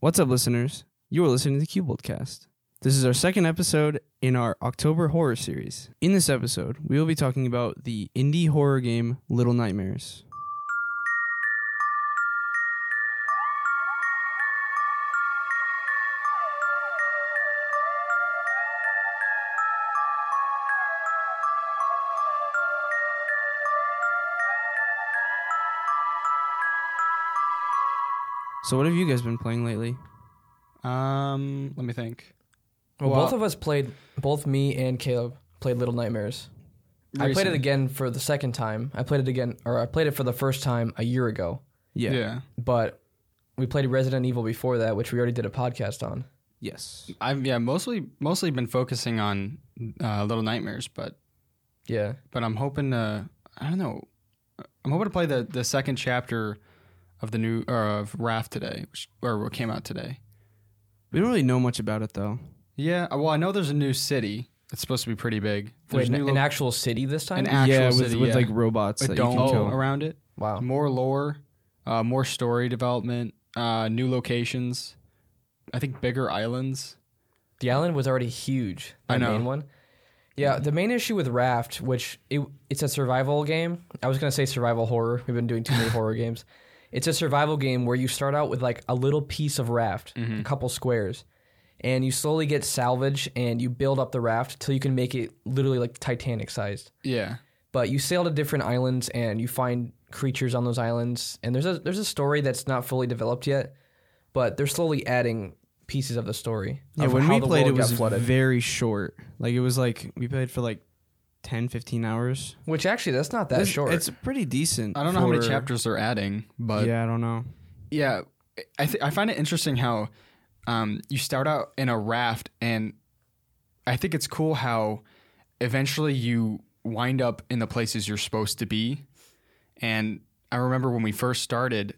What's up, listeners? You are listening to Cuboldcast. This is our second episode in our October horror series. In this episode, we will be talking about the indie horror game Little Nightmares. So, what have you guys been playing lately? Um, let me think. Well, Well- both of us played. Both me and Caleb played Little Nightmares. I played it Recently. again for the second time. I played it again, or I played it for the first time a year ago. Yeah. yeah. But we played Resident Evil before that, which we already did a podcast on. Yes. I've yeah mostly mostly been focusing on uh, Little Nightmares, but Yeah, but I'm hoping to I don't know I'm hoping to play the the second chapter of the new or of Raft today, which or what came out today. We don't really know much about it though. Yeah, uh, well I know there's a new city. It's supposed to be pretty big. There's wait, new an, lo- an actual city this time. an actual yeah, with, city with yeah. like robots a that dome you can kill. Oh. around it. wow, More lore, uh, more story development, uh, new locations. I think bigger islands. the island was already huge. The I know. main one. Yeah, the main issue with Raft, which it, it's a survival game. I was gonna say survival horror. We've been doing too many horror games. It's a survival game where you start out with like a little piece of raft, Mm-hmm. a couple squares, and you slowly get salvage and you build up the raft till you can make it literally like Titanic sized. Yeah. but you sail to different islands and you find creatures on those islands and there's a there's a story that's not fully developed yet but they're slowly adding pieces of the story Yeah, of when how we the played, it world got was flooded very short. Like it was like we played for like 10, 15 hours. which actually that's not that it's, short It's pretty decent. I don't know how many for- chapters they're adding, but yeah, I don't know. yeah, I th- I find it interesting how um, you start out in a raft, and I think it's cool how eventually you wind up in the places you're supposed to be. And I remember when we first started,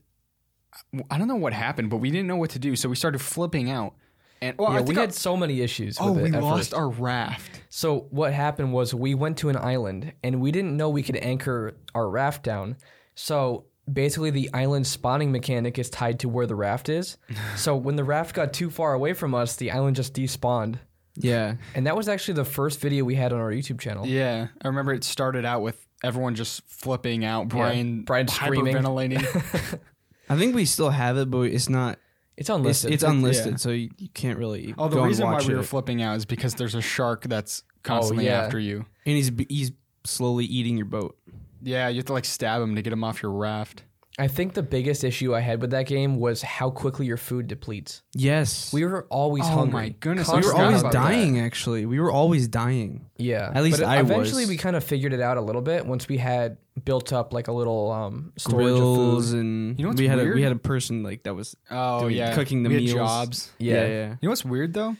I don't know what happened, but we didn't know what to do, so we started flipping out. And well, yeah, I we think I- had so many issues oh, with we it at lost first. our raft. so what happened was we went to an island and we didn't know we could anchor our raft down so basically the island spawning mechanic is tied to where the raft is so when the raft got too far away from us the island just despawned Yeah, And that was actually the first video we had on our YouTube channel. Yeah, I remember it started out with everyone just flipping out, Brian, Brian screaming. hyperventilating. I think we still have it, but it's not. It's It's, unlisted. it's unlisted, so you, you can't really. Oh, the go and reason why watch we were it. flipping out is because there's a shark that's constantly yeah. after you. and he's he's slowly eating your boat. Yeah, you have to like stab him to get him off your raft. I think the biggest issue I had with that game was how quickly your food depletes. Yes, We were always Oh hungry. my goodness, we I were forgot always about that. dying. Actually, we were always dying. Yeah. At least but I eventually was. we kind of figured it out a little bit once we had built up like a little um storage of Grills food. and You know what's we had a, weird? we had a person like that was Oh doing- yeah, cooking the we meals. Had jobs. yeah Yeah. yeah You know what's weird though?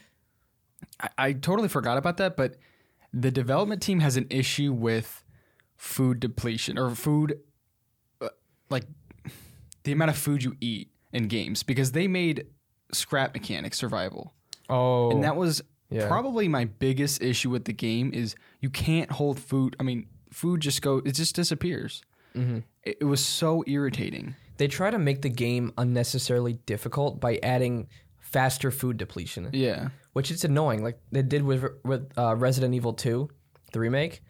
I, I totally forgot about that, but the development team has an issue with food depletion or food, uh, like the amount of food you eat in games because they made scrap mechanics survival. Oh. and that was Yeah. probably my biggest issue with the game is you can't hold food i mean food just go it just disappears it, it was so irritating they try to make the game unnecessarily difficult by adding faster food depletion. yeah which it's annoying. Like they did with with uh, Resident Evil Two, the remake,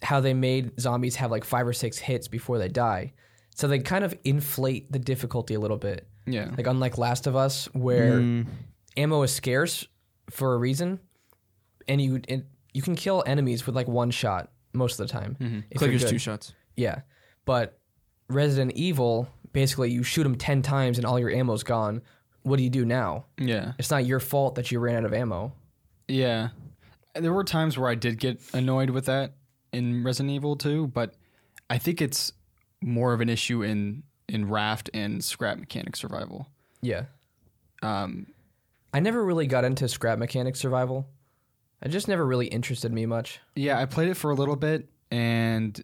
how they made zombies have like five or six hits before they die, so they kind of inflate the difficulty a little bit. yeah Like unlike Last of Us, where ammo is scarce for a reason, and you and you can kill enemies with like one shot most of the time. if you're clickers good. two shots. Yeah, but Resident Evil basically you shoot them ten times and all your ammo's gone. What do you do now? yeah It's not your fault that you ran out of ammo. yeah there were times where i did get annoyed with that in resident evil 2 but i think it's more of an issue in in raft and scrap mechanic survival Yeah. um I never really got into scrap mechanic survival. It just never really interested me much. yeah i played it for a little bit and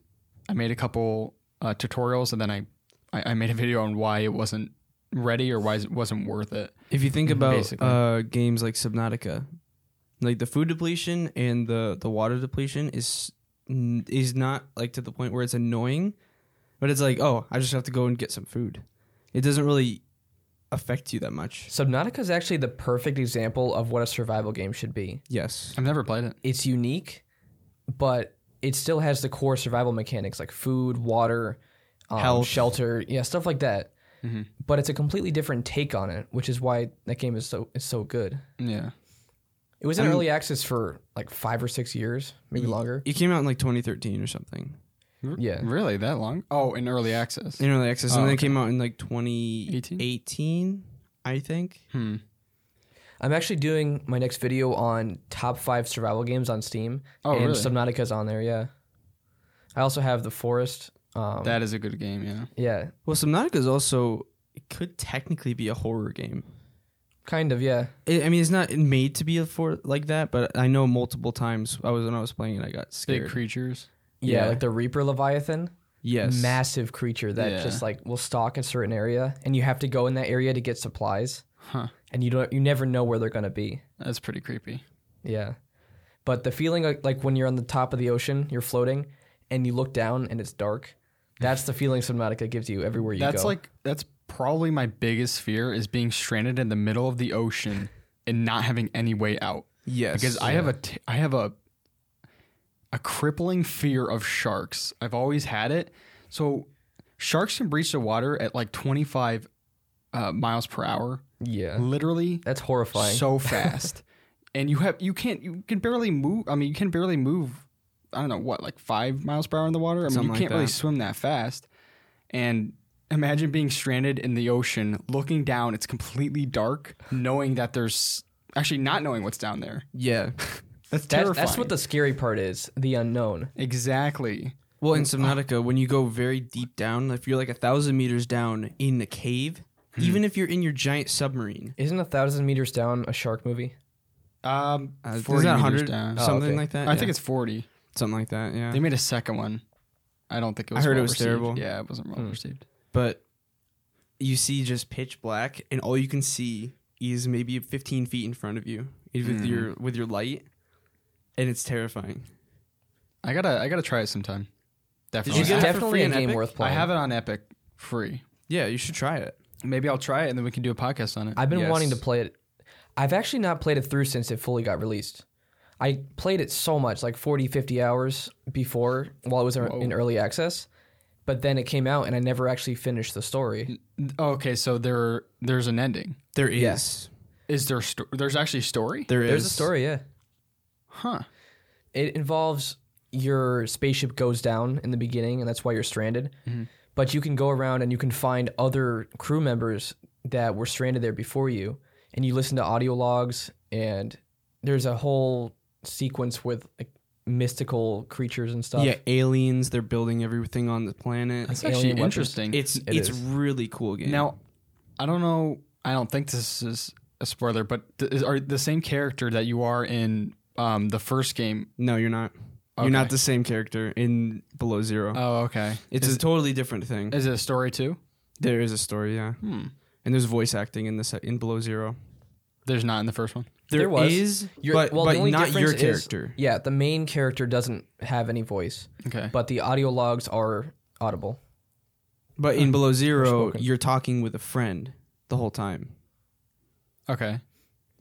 i made a couple uh, tutorials and then I, I i made a video on why it wasn't ready or why it wasn't worth it If you think about Mhm, basically. uh, games like Subnautica, like the food depletion and the the water depletion is n- is not like to the point where it's annoying, but it's like oh I just have to go and get some food. It doesn't really affect you that much. Subnautica is actually the perfect example of what a survival game should be. Yes. I've never played it. It's unique, but it still has the core survival mechanics like food, water, um, Health. shelter, yeah, stuff like that. But it's a completely different take on it, which is why that game is so is so good. Yeah. It was in early access for like five or six years, maybe longer. It came out in like 2013 or something. Yeah. Really? That long? Oh, in early access. In early access, and Oh, then it okay. came out in like 2018, I think. Hmm. I'm actually doing my next video on top five survival games on Steam. Oh, and really? Subnautica's on there, yeah. I also have The Forest. Um, That is a good game, yeah. yeah, Well, Subnautica is also it could technically be a horror game. kind of, yeah. I I mean, it's not made to be for like that, but I know multiple times I was when I was playing it, I got Big scared. creatures. Yeah, Yeah. like the Reaper Leviathan. yes, Massive creature that Yeah. just like will stalk a certain area and you have to go in that area to get supplies. Huh. And you don't you never know where they're gonna be. That's pretty creepy. Yeah. But the feeling like, like when you're on the top of the ocean, you're floating and you look down and it's dark. That's the feeling Subnautica gives you everywhere you go. That's like that's probably my biggest fear is being stranded in the middle of the ocean and not having any way out. yes, Because I have a t- I have a a crippling fear of sharks. I've always had it. So sharks can breach the water at like 25 uh, miles per hour. Yeah. Literally That's horrifying. so fast. and you have you can't you can barely move. I mean, you can barely move. I don't know what, like five miles per hour in the water. I mean, Something you like can't really that. swim that fast. And imagine being stranded in the ocean, looking down. It's completely dark, knowing that there's actually not knowing what's down there. yeah. That's That- terrifying. that's what the scary part is, the unknown. exactly. Well, in Subnautica, when you go very deep down, if you're like a thousand meters down in the cave, Hmm. even if you're in your giant submarine, Isn't a thousand meters down a shark movie? Um, uh, is 40 that meters 100 down. Oh, something okay. like that? I think Yeah. it's forty. something like that. Yeah, They made a second one. I don't think it was. heard it well was received. terrible. Hmm. Yeah, it wasn't well received. but you see just pitch black, and all you can see is maybe 15 feet in front of you if- Hmm. with your with your light, and it's terrifying. I gotta, I gotta try it sometime. Did Definitely. you It's get it for definitely free a on game Epic? worth I playing. have it on Epic free. Yeah, you should try it. Maybe I'll try it and then we can do a podcast on it. I've been Yes. wanting to play it. I've actually not played it through since it fully got released. I played it so much, like 40, 50 hours before while it was in early access, but then it came out and I never actually finished the story. Oh, okay, so there, there's an ending. There is. Is there? Sto- there's actually a story. There is. There's a story, yeah. huh? It involves your spaceship goes down in the beginning and that's why you're stranded. Mm-hmm. But you can go around and you can find other crew members that were stranded there before you and you listen to audio logs and there's a whole sequence with like mystical creatures and stuff. Yeah, aliens. They're building everything on the planet. That's alien actually weapons. interesting. It's It it's is. really cool game. now, I don't know. I don't think this is a spoiler, but th- is, are the same character that you are in um, the first game? no, you're not. You're Okay. not the same character in Below Zero. Uh, Oh, okay. it's a totally different thing. Is it a story too? There is a story, yeah. Hmm. And there's voice acting in this in Below Zero. There's not in the first one. There was. is, Your- but, well, the but only not your difference is- character. Yeah, the main character doesn't have any voice, Okay. but the audio logs are audible. but Hmm. in Below Zero, Spoken. you're talking with a friend the whole time. okay.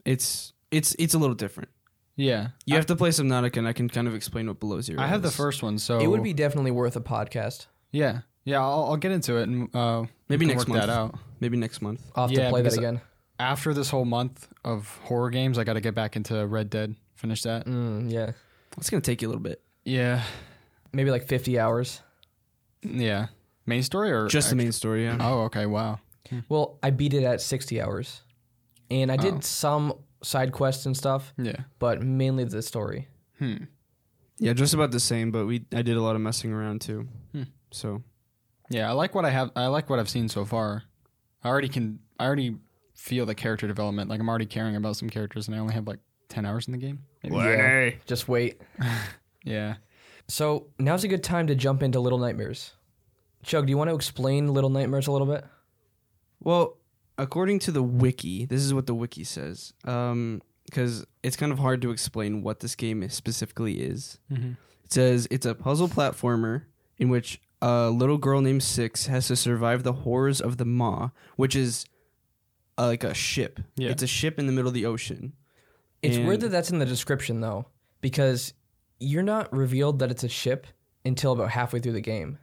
It's it's it's a little different. Yeah. You have to play Subnautica, and I can kind of explain what Below Zero. I have the is. first one, so It Oh. would be definitely worth a podcast Yeah, yeah. I'll, I'll get into it and uh, Maybe we can next work month. that out. Maybe next month. off Yeah, to play that because- again. After this whole month of horror games, I got to get back into Red Dead. Finish that. Mm, yeah, It's gonna take you a little bit. Yeah, maybe like 50 hours. yeah. Main story or Just the main story, yeah. Oh, okay. Wow. Well, I beat it at 60 hours. And I did Oh. some side quests and stuff, Yeah. but mainly the story. Hmm. Yeah, just about the same, but we I did a lot of messing around too. Hmm. So Yeah, I like what I have. I like what I've seen so far. I already can. I already feel the character development. Like I'm already caring about some characters, and I only have like ten hours in the game. Maybe. Yeah, just wait. Yeah. So now's a good time to jump into Little Nightmares. Chug, do you want to explain Little Nightmares a little bit? Well, according to the wiki, this is what the wiki says. Um, because it's kind of hard to explain what this game is specifically is. Mhm. It says it's a puzzle platformer in which a little girl named Six has to survive the horrors of the Maw, which is uh, like a ship. Yeah. It's a ship in the middle of the ocean. It's And- weird that that's in the description though, because you're not revealed that it's a ship until about halfway through the game.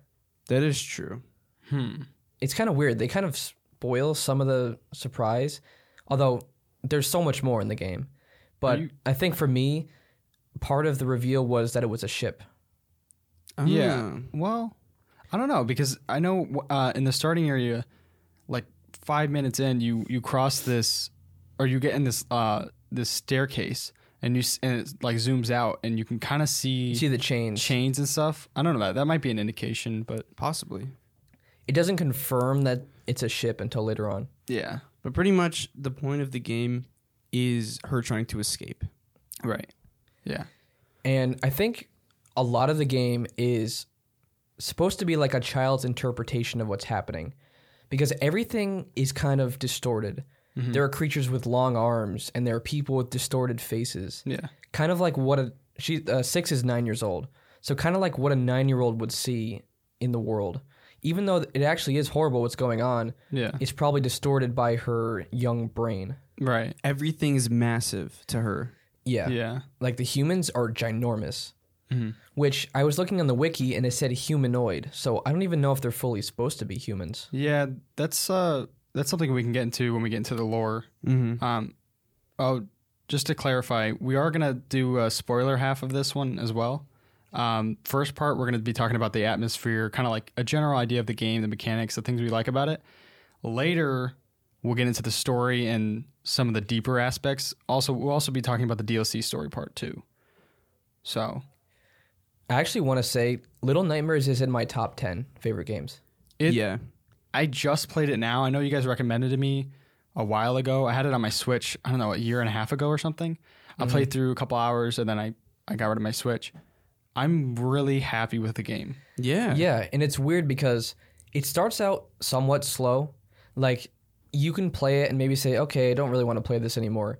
That is true. Hmm. It's kind of weird. They kind of spoil some of the surprise, although there's so much more in the game. But You- I think for me, part of the reveal was that it was a ship. Yeah. Ah. Well, I don't know because I know uh, in the starting area, like five minutes in, you you cross this, or you get in this uh this staircase, and you s- and it like zooms out, and you can kind of see, You see the change. chains and stuff. I don't know that that might be an indication, but possibly. It doesn't confirm that it's a ship until later on. yeah, But pretty much the point of the game is her trying to escape. right, yeah, And I think a lot of the game is supposed to be like a child's interpretation of what's happening because everything is kind of distorted. There are creatures with long arms and there are people with distorted faces. yeah, Kind of like what a she uh, 6 is 9 years old. So kind of like what a 9-year-old would see in the world. Even though it actually is horrible what's going on, yeah, it's probably distorted by her young brain. right, Everything is massive to her. Yeah. yeah, Like the humans are ginormous. Mhm. Which I was looking on the wiki and it said humanoid. So I don't even know if they're fully supposed to be humans. yeah. That's uh that's something we can get into when we get into the lore. Mm-hmm. Um, oh, just to clarify, we are gonna do a spoiler half of this one as well. Um, first part, we're gonna be talking about the atmosphere, kind of like a general idea of the game, the mechanics, the things we like about it. Later, we'll get into the story and some of the deeper aspects. Also, we'll also be talking about the DLC story part too. So I actually want to say Little Nightmares is in my top 10 favorite games. it, yeah. I just played it now. I know you guys recommended it to me a while ago. I had it on my Switch, I don't know, a year and a half ago or something. I played through a couple hours and then I, I got rid of my Switch. I'm really happy with the game. Yeah. Yeah, and it's weird because it starts out somewhat slow. Like you can play it and maybe say, "Okay, I don't really want to play this anymore."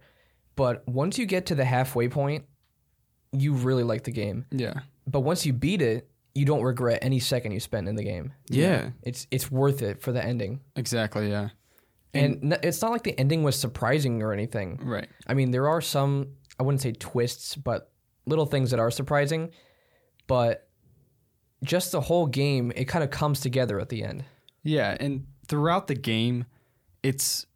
But once you get to the halfway point, you really like the game. Yeah. But once you beat it, you don't regret any second you spent in the game. Yeah. It's it's worth it for the ending. Exactly. Yeah. And n- it's not like the ending was surprising or anything. Right. I mean, there are some, I wouldn't say twists, but little things that are surprising. But just the whole game, it kind of comes together at the end. Yeah. And throughout the game, it's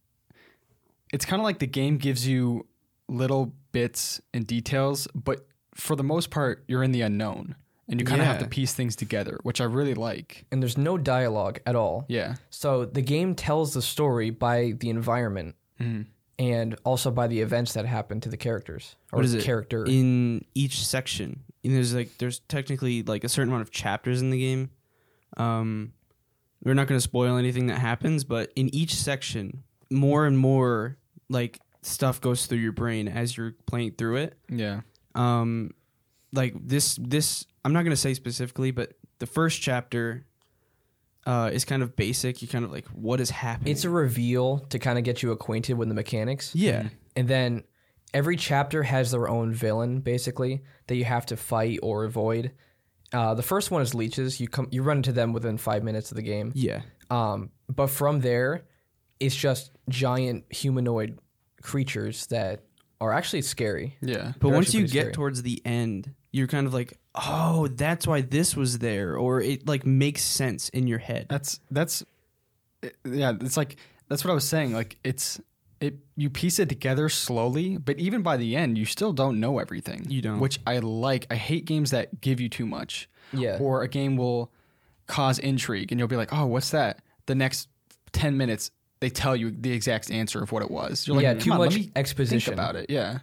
it's kind of like the game gives you little bits and details, but for the most part, you're in the unknown and you kind of have Yeah. to piece things together, which I really like. And there's no dialogue at all. Yeah. So the game tells the story by the environment Mm-hmm. and also by the events that happen to the characters or What is it? character. In each section, and there's like there's technically like a certain amount of chapters in the game. Um, we're not going to spoil anything that happens, but in each section, more and more like stuff goes through your brain as you're playing through it. Yeah. um like this this i'm not going to say specifically but the first chapter uh is kind of basic you kind of like what is happening it's a reveal to kind of get you acquainted with the mechanics. yeah And then every chapter has their own villain, basically, that you have to fight or avoid. Uh, the first one is leeches. You come, you run into them within five minutes of the game. yeah Um, but from there, it's just giant humanoid creatures that are actually scary. Yeah. but They're once actually you get pretty scary. towards the end you're kind of like oh that's why this was there or it like makes sense in your head That's that's yeah, it's like that's what I was saying. Like it's it you piece it together slowly, but even by the end you still don't know everything. You don't. Which I like. I hate games that give you too much. Yeah. Or a game will cause intrigue and you'll be like, "Oh, what's that?" The next 10 minutes they tell you the exact answer of what it was. You're like, yeah, "Come too on, much let me think exposition. about it." Yeah.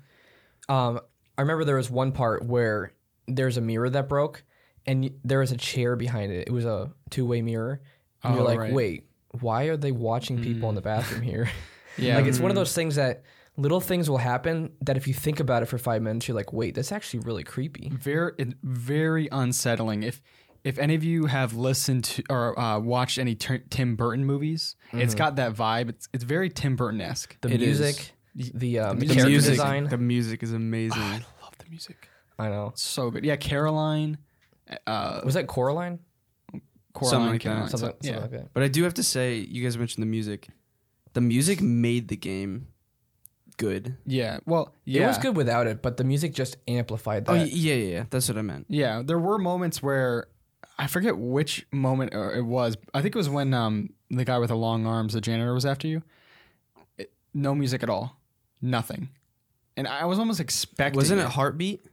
Um, I remember there was one part where there's a mirror that broke, and y- there was a chair behind it. It was a two way mirror, and Oh, you're like, right. Hmm. wait, why are they watching people in the bathroom here? Yeah. like it's one of those things that little things will happen that if you think about it for five minutes, you're like, wait, that's actually really creepy. very it- very unsettling if if any of you have listened to or uh, watched any T- Tim Burton movies, it's got that vibe. It's it's very Tim Burton esque. Mm-hmm. The It is. music, the, um, The character music. design. the music is amazing I love the music. I know. It's so good. Yeah, Caroline, uh, Was that Coraline? Coraline, Something like that. Caroline, Something, yeah. something like that. but i do have to say you guys mentioned the music the music made the game good. Yeah. Well, It yeah. was good without it, but the music just amplified that. Oh y- yeah, yeah, yeah. That's what I meant. Yeah, there were moments where I forget which moment uh, it was. I think it was when um the guy with the long arms, the janitor, was after you. It- no music at all, nothing, and I was almost expecting. Wasn't it Heartbeat?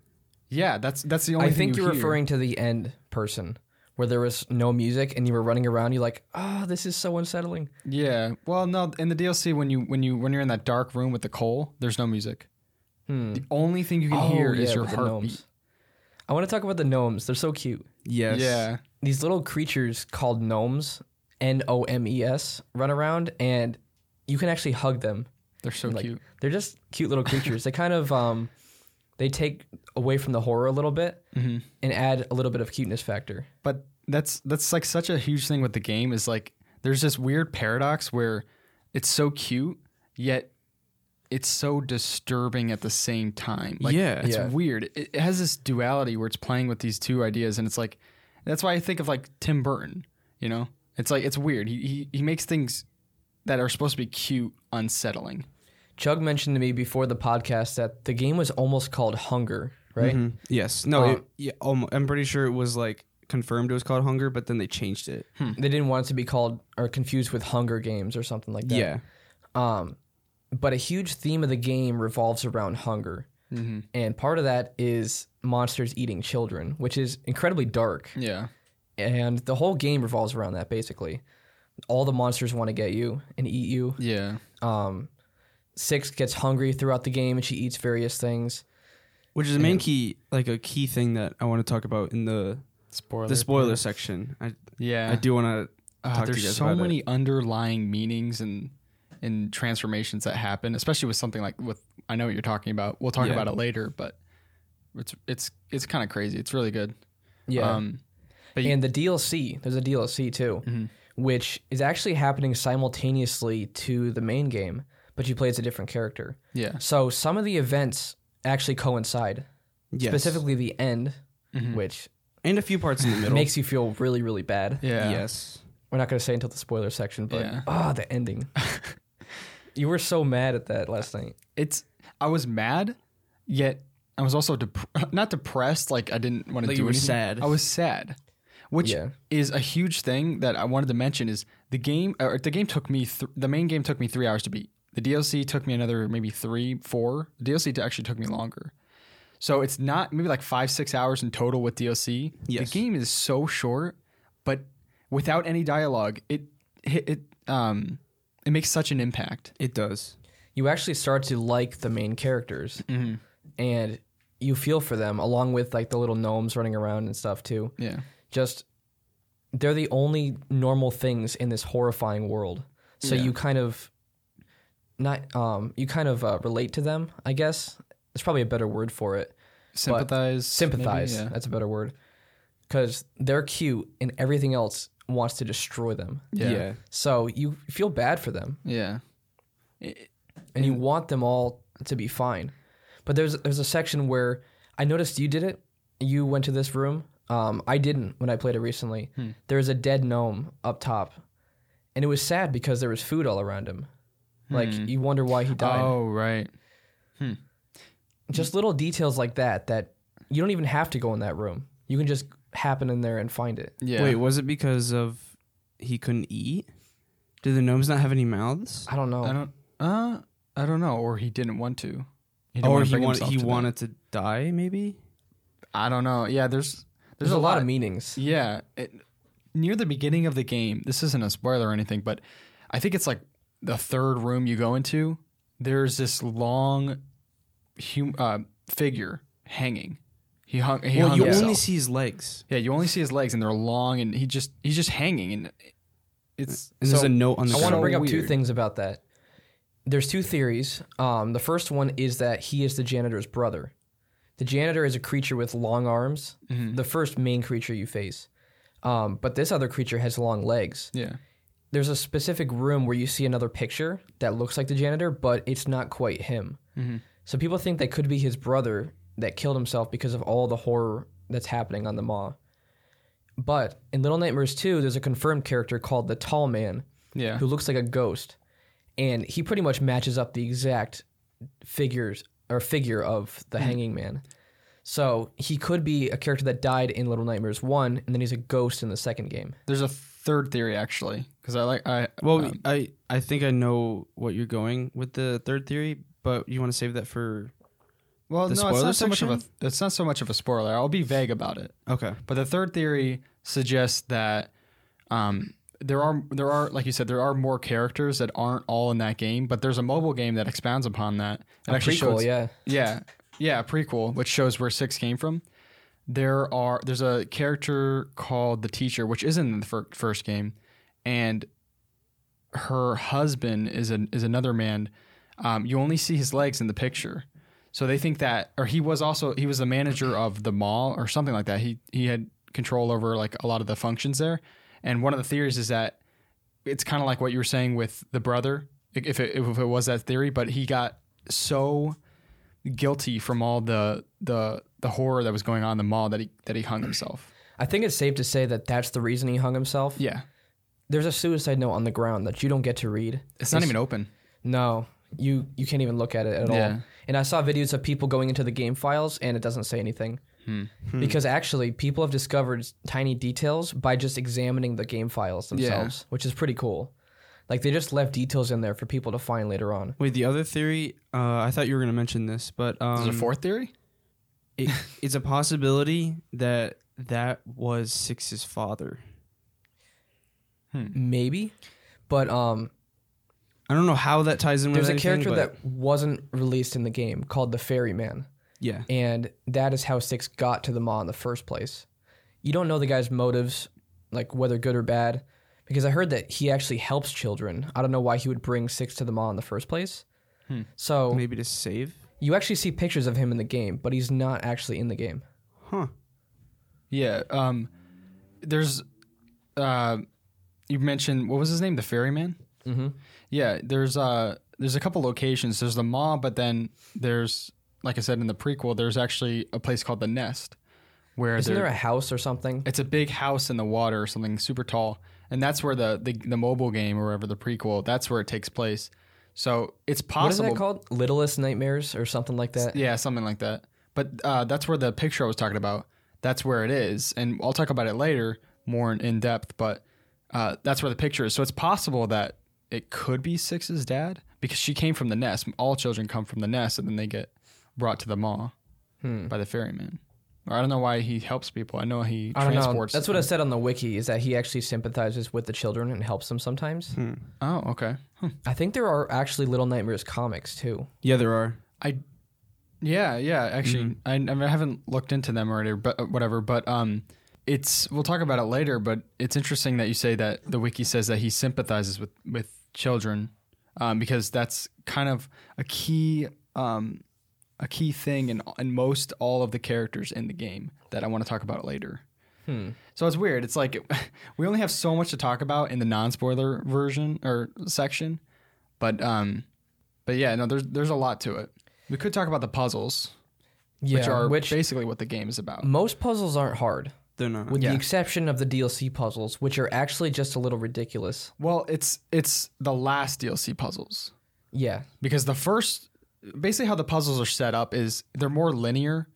Yeah, that's that's the only. I think thing you you're hear. referring to the end person where there was no music and you were running around. You're like, oh, this is so unsettling. Yeah. Well, no, in the DLC when you when you when you're in that dark room with the coal, there's no music. The only thing you can hear is your Hmm. Oh, with the heartbeat. gnomes. I want to talk about the gnomes. They're so cute. Yes. Yeah. These little creatures called gnomes, N O M E S, run around and you can actually hug them. They're so Like, cute. They're just cute little creatures. they kind of um, they take away from the horror a little bit Mm-hmm. and add a little bit of cuteness factor. but that's that's like such a huge thing with the game is like there's this weird paradox where it's so cute yet it's so disturbing at the same time like Yeah. it's Yeah. weird it, it has this duality where it's playing with these two ideas and it's like that's why i think of like tim burton you know it's like it's weird he he, he makes things that are supposed to be cute unsettling Chug mentioned to me before the podcast that the game was almost called Hunger, Mm-hmm. right? Mhm. Yes. No. Uh, it, yeah. Almost, I'm pretty sure it was like confirmed it was called Hunger, but then they changed it. They didn't want it to be called or confused with Hunger Games or something like that. Yeah. Um, but a huge theme of the game revolves around hunger. Mm-hmm. And part of that is monsters eating children, which is incredibly dark. yeah And the whole game revolves around that basically. All the monsters want to get you and eat you. yeah Um, Six gets hungry throughout the game and she eats various things. Which is the main key, like a key thing that I want to talk about in the spoiler the spoiler section. I yeah I do want to Uh, talk to you there's guys so about it. many underlying meanings and and transformations that happen, especially with something like with I know what you're talking about. We'll talk Yeah. about it later, but it's it's it's kind of crazy. It's really good. Yeah. Um, but you- and the DLC, there's a DLC too, which is actually happening simultaneously to the main game, but you play as a different character. yeah. So some of the events actually coincide. Yes. specifically the end, Mm-hmm. which and a few parts in the middle. makes you feel really, really bad. Yeah. Yes. We're not going to say until the spoiler section, but Yeah. ah, the ending. you were so mad at that last night. It's I was mad, yet I was also dep- not depressed. Like I didn't want to Like do you were anything. sad. I was sad, which Yeah. is a huge thing that I wanted to mention. Is the game? Or the game took me. Th- the main game took me three hours to beat. The DLC took me another maybe three, four. The DLC t- actually took me longer. So it's not maybe like five, six hours in total with DLC. Yes. The game is so short, but without any dialogue, it it, it um it makes such an impact. It does. You actually start to like the main characters, Mm-hmm. and you feel for them, along with like the little gnomes running around and stuff too. Yeah. Just they're the only normal things in this horrifying world. So you kind of not um you kind of uh, relate to them, I guess. There's probably a better word for it. Sympathize. sympathize. maybe, yeah. That's a better word. Because they're cute and everything else wants to destroy them. Yeah. yeah. So you feel bad for them Yeah. and you want them all to be fine. But there's there's a section where I noticed you did it. You went to this room. Um, I didn't when I played it recently. There was a dead gnome up top, and it was sad because there was food all around him. Like you wonder why he died. Oh right. just little details like that that you don't even have to go in that room. You can just happen in there and find it. Yeah. Wait, was it because of he couldn't eat? Do the gnomes not have any mouths? I don't know. I don't. Uh, I don't know. Or he didn't want to. He didn't Or wanna Oh, he bring wanted himself he to that. wanted to die? Maybe. I don't know. Yeah. There's there's, There's, a lot, of meanings. Yeah. It, near the beginning of the game, this isn't a spoiler or anything, but I think it's like the third room you go into. There's this long, hum, uh, figure hanging. He hung. He Well, hung you himself. only see his legs, yeah, you only see his legs, and they're long, and he just he's just hanging, and it's and there's so- a note on the. I So want ground. to bring up two weird. things about that. There's two theories. Um, the first one is that he is the janitor's brother. The janitor is a creature with long arms, Mm-hmm. the first main creature you face. Um, but this other creature has long legs. yeah. There's a specific room where you see another picture that looks like the janitor, but it's not quite him. Mm-hmm. So people think that could be his brother that killed himself because of all the horror that's happening on the Maw. But in Little Nightmares 2, there's a confirmed character called the Tall Man Yeah. who looks like a ghost. and he pretty much matches up the exact figures or figure of Hmm. the Hanging Man. So he could be a character that died in Little Nightmares one, and then he's a ghost in the second game. There's a third theory actually, because I like I Well, um, I I think I know what you're going with the third theory, but you want to save that for well the no it's spoiler not so much of a it's not so much of a spoiler. I'll be vague about it. okay. But the third theory suggests that um, there are there are like you said there are more characters that aren't all in that game, but there's a mobile game that expounds upon that. It actually Prequel, shows yeah. yeah yeah a prequel which shows where six came from. There are there's a character called the teacher which isn't in the fir- first game, and her husband is an is another man. Um, you only see his legs in the picture, so they think that, or he was also he was the manager of the mall or something like that. He he had control over like a lot of the functions there, and one of the theories is that it's kind of like what you were saying with the brother, if it, if it was that theory, but he got so guilty from all the the the horror that was going on in the mall that he that he hung himself. I think it's safe to say that that's the reason he hung himself. Yeah, There's a suicide note on the ground that you don't get to read. it's not even open. No, you you can't even look at it at Yeah. all. And I saw videos of people going into the game files, and it doesn't say anything. Hmm. Because actually, people have discovered tiny details by just examining the game files themselves, which is pretty cool. Like they just left details in there for people to find later on. Wait, the other theory. Uh, I thought you were going to mention this, but um, There's a fourth theory. it- it's a possibility that that was Six's father. Maybe, but um, I don't know how that ties in with there's a anything, character but- that wasn't released in the game called the Ferryman. yeah. and that is how Six got to the mall in the first place. You don't know the guy's motives, like whether good or bad, because I heard that he actually helps children. I don't know why he would bring Six to the mall in the first place. So Maybe to save? you actually see pictures of him in the game, but he's not actually in the game. Huh. Yeah. Um, there's, uh, you mentioned what was his name, the ferryman. Mm-hmm. Mhm. Yeah. There's uh, there's a couple locations. There's the mall, but then there's like I said in the prequel, there's actually a place called the Nest, where Isn't there- there a house or something? it's a big house in the water or something super tall, and that's where the the, the mobile game or whatever the prequel that's where it takes place. So it's What is possible. that called? Littlest Nightmares or something like that. Yeah, something like that. But uh, that's where the picture I was talking about. That's where it is, and I'll talk about it later more in, in depth. But uh, that's where the picture is. So it's possible that it could be Six's dad because she came from the nest. All children come from the nest, and then they get brought to the mall Hmm. by the ferryman. Or I don't know why he helps people. I know he I don't know. transports. That's what I said on the wiki is that he actually sympathizes with the children and helps them sometimes. Oh, okay. Hmm. I think there are actually Little Nightmares comics too. Yeah, there are. I, yeah, yeah. Actually, I, I mean, I haven't looked into them already, but uh, whatever. But um, it's we'll talk about it later. But it's interesting that you say that the wiki says that he sympathizes with with children, um, because that's kind of a key um, a key thing in in most all of the characters in the game that I want to talk about later. So it's weird. It's like we only have so much to talk about in the non-spoiler version or section, but um, but yeah, no, there's there's a lot to it. We could talk about the puzzles, Yeah, which are which Mm. basically what the game is about. most puzzles aren't hard. They're not. with Yeah. the exception of the DLC puzzles, which are actually just a little ridiculous. Well, it's it's the last DLC puzzles Yeah, because the first, basically how the puzzles are set up is they're more linear,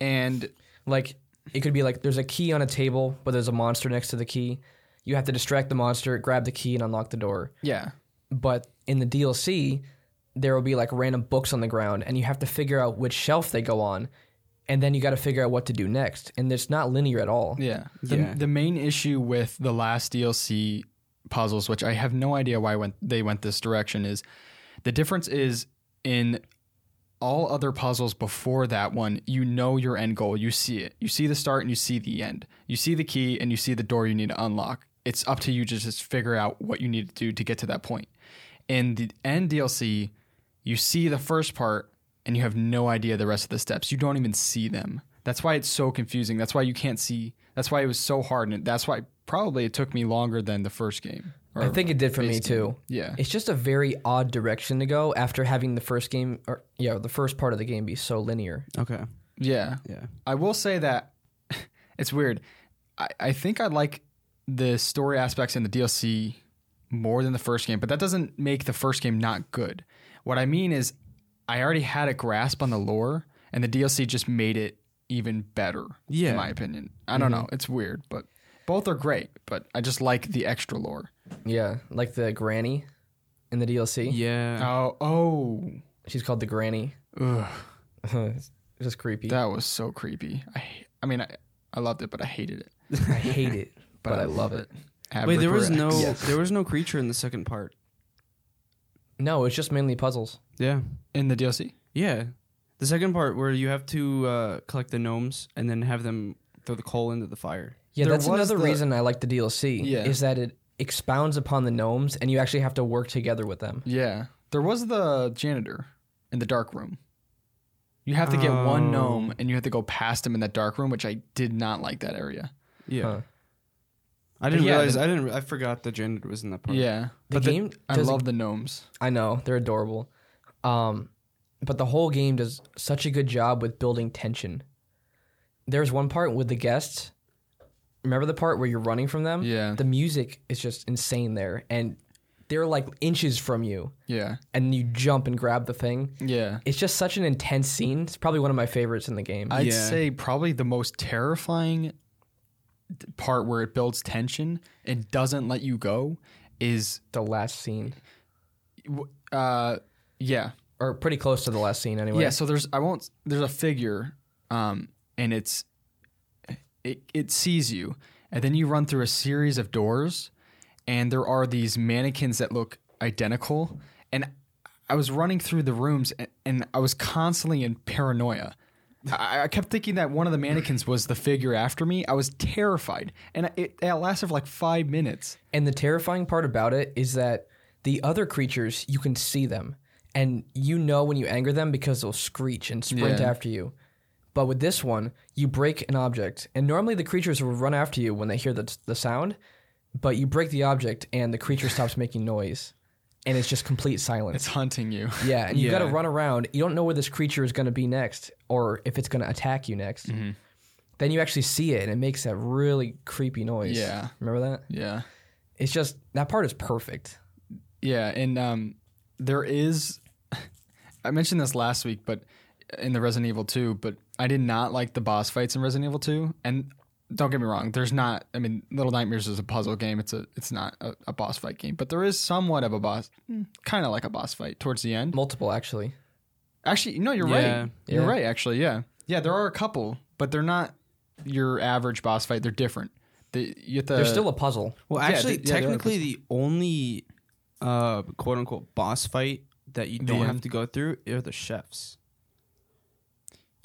and like it could be like there's a key on a table, but there's a monster next to the key. You have to distract the monster, grab the key, and unlock the door. yeah, But in the DLC, there will be like random books on the ground, and you have to figure out which shelf they go on, and then you got to figure out what to do next. And it's not linear at all. Yeah. The, Yeah. the main issue with the last DLC puzzles, which I have no idea why went they went this direction, is the difference is in all other puzzles before that one, you know your end goal. You see it. You see the start and you see the end. You see the key and you see the door you need to unlock. It's up to you to just figure out what you need to do to get to that point. In the end DLC, you see the first part and you have no idea the rest of the steps. You don't even see them. That's why it's so confusing. That's why you can't see. That's why it was so hard. And that's why probably it took me longer than the first game. Or, I think it did for me base too. yeah. It's just a very odd direction to go after having the first game, or yeah, the first part of the game be so linear. Okay. Yeah. Yeah. I will say that it's weird. I, I think I like the story aspects in the DLC more than the first game, but that doesn't make the first game not good. What I mean is, I already had a grasp on the lore, and the DLC just made it even better. Yeah. Mm-hmm. in my opinion. I don't know. It's weird, but both are great. But I just like the extra lore. Yeah, like the granny in the DLC. Yeah. Oh, oh, She's called the granny. Ugh, it's just creepy. that was so creepy. I, h- I mean, I, I loved it, but I hated it. I hate it, but, I love it. Wait, there was no Abracadabra. there was no creature in the second part. No, it's just mainly puzzles. Yeah. in the DLC. Yeah. The second part where you have to uh, collect the gnomes and then have them throw the coal into the fire. Yeah, There that's was another the- reason I like the DLC. Yeah. is that it expounds upon the gnomes, and you actually have to work together with them. Yeah, there was the janitor in the dark room. You have to get Oh. one gnome, and you have to go past him in that dark room, which I did not like that area. Yeah. Huh. I didn't Yeah, realize the- I didn't I forgot the janitor was in that part. Yeah, The but game I doesn't- love the gnomes. I know they're adorable, um, but the whole game does such a good job with building tension. There's one part with the guests. Remember the part where you're running from them? Yeah. The music is just insane there, and they're like inches from you, Yeah, and you jump and grab the thing. yeah. It's just such an intense scene. It's probably one of my favorites in the game. I'd Yeah. say probably the most terrifying d- part where it builds tension and doesn't let you go is, the last scene, w- uh, yeah, or pretty close to the last scene, anyway. Yeah, so there's I won't there's a figure, um, and it's it it sees you, and then you run through a series of doors, and there are these mannequins that look identical, and I was running through the rooms, and, and I was constantly in paranoia. I, I kept thinking that one of the mannequins was the figure after me. I was terrified, and it, it lasted for like five minutes. And the terrifying part about it is that the other creatures, you can see them. And you know when you anger them because they'll screech and sprint Yeah. after you. But with this one, you break an object. And normally the creatures will run after you when they hear the, the sound. But you break the object and the creature stops making noise. And it's just complete silence. It's hunting you. yeah. And you got to Yeah. run around. You don't know where this creature is going to be next or if it's going to attack you next. Mm-hmm. Then you actually see it and it makes that really creepy noise. Yeah. Remember that? Yeah. It's just that part is perfect. Yeah, and um, there is. I mentioned this last week, but in the Resident Evil 2, but I did not like the boss fights in Resident Evil 2. And don't get me wrong, there's not. I mean, Little Nightmares is a puzzle game. It's a. It's not a, a boss fight game, but there is somewhat of a boss, kind of like a boss fight towards the end. Multiple actually. Actually, no, you're Yeah, right. You're yeah. right. Actually, yeah, yeah. There are a couple, but they're not your average boss fight. They're different. They, you have to, There's still a puzzle. Well, Yeah, actually, th- yeah, there are technically, the only uh, "quote unquote" boss fight that you don't Yeah. have to go through are the chefs.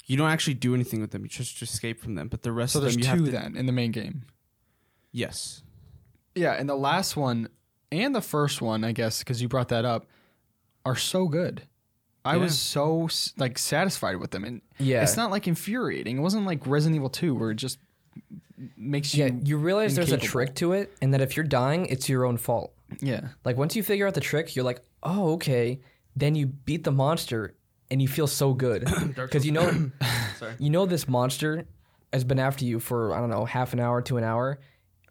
You don't actually do anything with them; you just escape from them. But the rest so of there's them, you have two to. then in the main game. Yes, Yeah, and the last one and the first one, I guess, because you brought that up, are so good. I Yeah. was so s- like satisfied with them, and Yeah. it's not like infuriating. It wasn't like Resident Evil Two, where it just makes you. Yeah, you realize there's a incapable. trick to it, and that if you're dying, it's your own fault. yeah, Like once you figure out the trick, you're like, oh okay. Then you beat the monster, and you feel so good because you know, you know this monster has been after you for I don't know half an hour to an hour,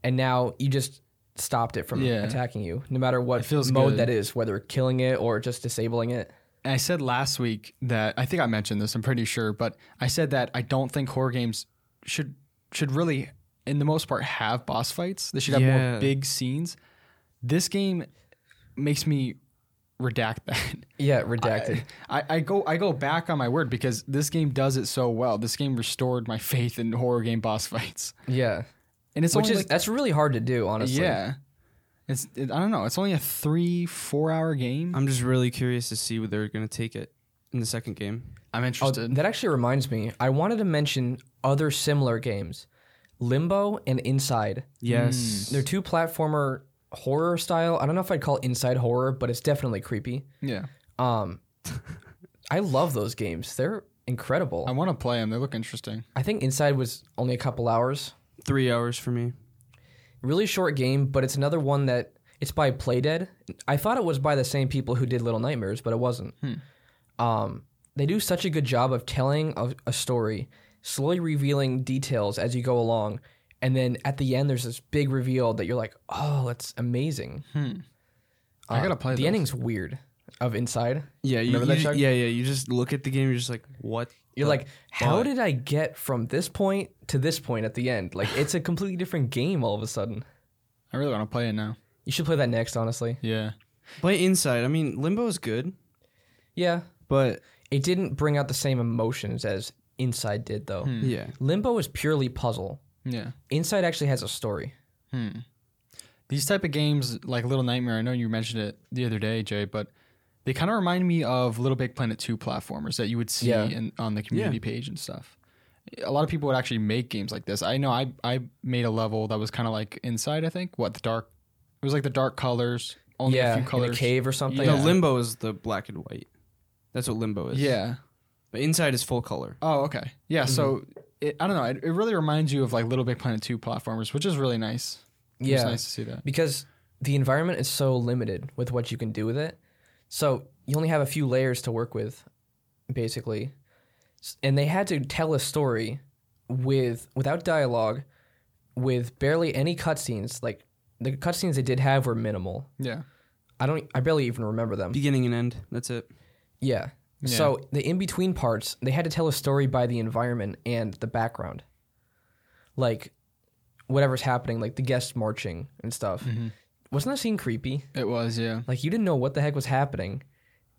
and now you just stopped it from Yeah. attacking you, no matter what feels mode good. that is, whether killing it or just disabling it. And I said last week that I think I mentioned this. I'm pretty sure, but I said that I don't think horror games should should really, in the most part, have boss fights. They should have Yeah. more big scenes. This game makes me redact that. Yeah, redacted. I, I go I go back on my word because this game does it so well. This game restored my faith in horror game boss fights, yeah, and it's which only is like, that's really hard to do, honestly. yeah, it's it, I don't know. It's only a three four hour game. I'm just really curious to see where they're going to take it in the second game. I'm Oh, interested. that actually reminds me. I wanted to mention other similar games, Limbo and Inside. Yes, They're two platformer horror style. I don't know if I'd call Inside horror, but it's definitely creepy. yeah, Um, I love those games. They're incredible. I want to play them. They look interesting. I think Inside was only a couple hours. three hours for me. Really short game, but it's another one that it's by Playdead. I thought it was by the same people who did Little Nightmares, but it wasn't. Hmm. Um, they do such a good job of telling a, a story, slowly revealing details as you go along, and then at the end, there's this big reveal that you're like, "Oh, that's amazing." Hmm. I gotta play The those. ending's weird. Of inside, Yeah, you, Remember that, you- Chuck? yeah, yeah. You just look at the game. You're just like, what? you're the like, how fuck?" did I get from this point to this point at the end? Like, it's a completely different game all of a sudden. I really want to play it now. You should play that next, honestly. Yeah. play Inside? I mean, Limbo is good, Yeah, but it didn't bring out the same emotions as Inside did, though. Hmm. yeah, Limbo is purely puzzle. Yeah. Inside actually has a story. These type of games, like Little Nightmare, I know you mentioned it the other day, Jay, but they kind of remind me of Little Big Planet 2 platformers that you would see Yeah. in, on the community page and stuff. A lot of people would actually make games like this. I know I, I made a level that was kind of like inside, I think. What, the dark? It was like the dark colors, only yeah, a few colors. in a cave or something. Yeah. no. Limbo is the black and white. That's what Limbo is. Yeah. but Inside is full color. Oh, okay. Yeah, so Mm-hmm. it, I don't know. It, it really reminds you of like Little Big Planet 2 platformers, which is really nice. It was Yeah. nice to see that. because the environment is so limited with what you can do with it. So you only have a few layers to work with, basically. S- And they had to tell a story with without dialogue, with barely any cutscenes. Like the cutscenes they did have were minimal. Yeah. I don't. I barely even remember them. Beginning and end. That's it. Yeah. Yeah. So the in between parts, they had to tell a story by the environment and the background, like whatever's happening, like the guests marching and stuff. Wasn't that scene creepy? It was, yeah. Like you didn't know what the heck was happening,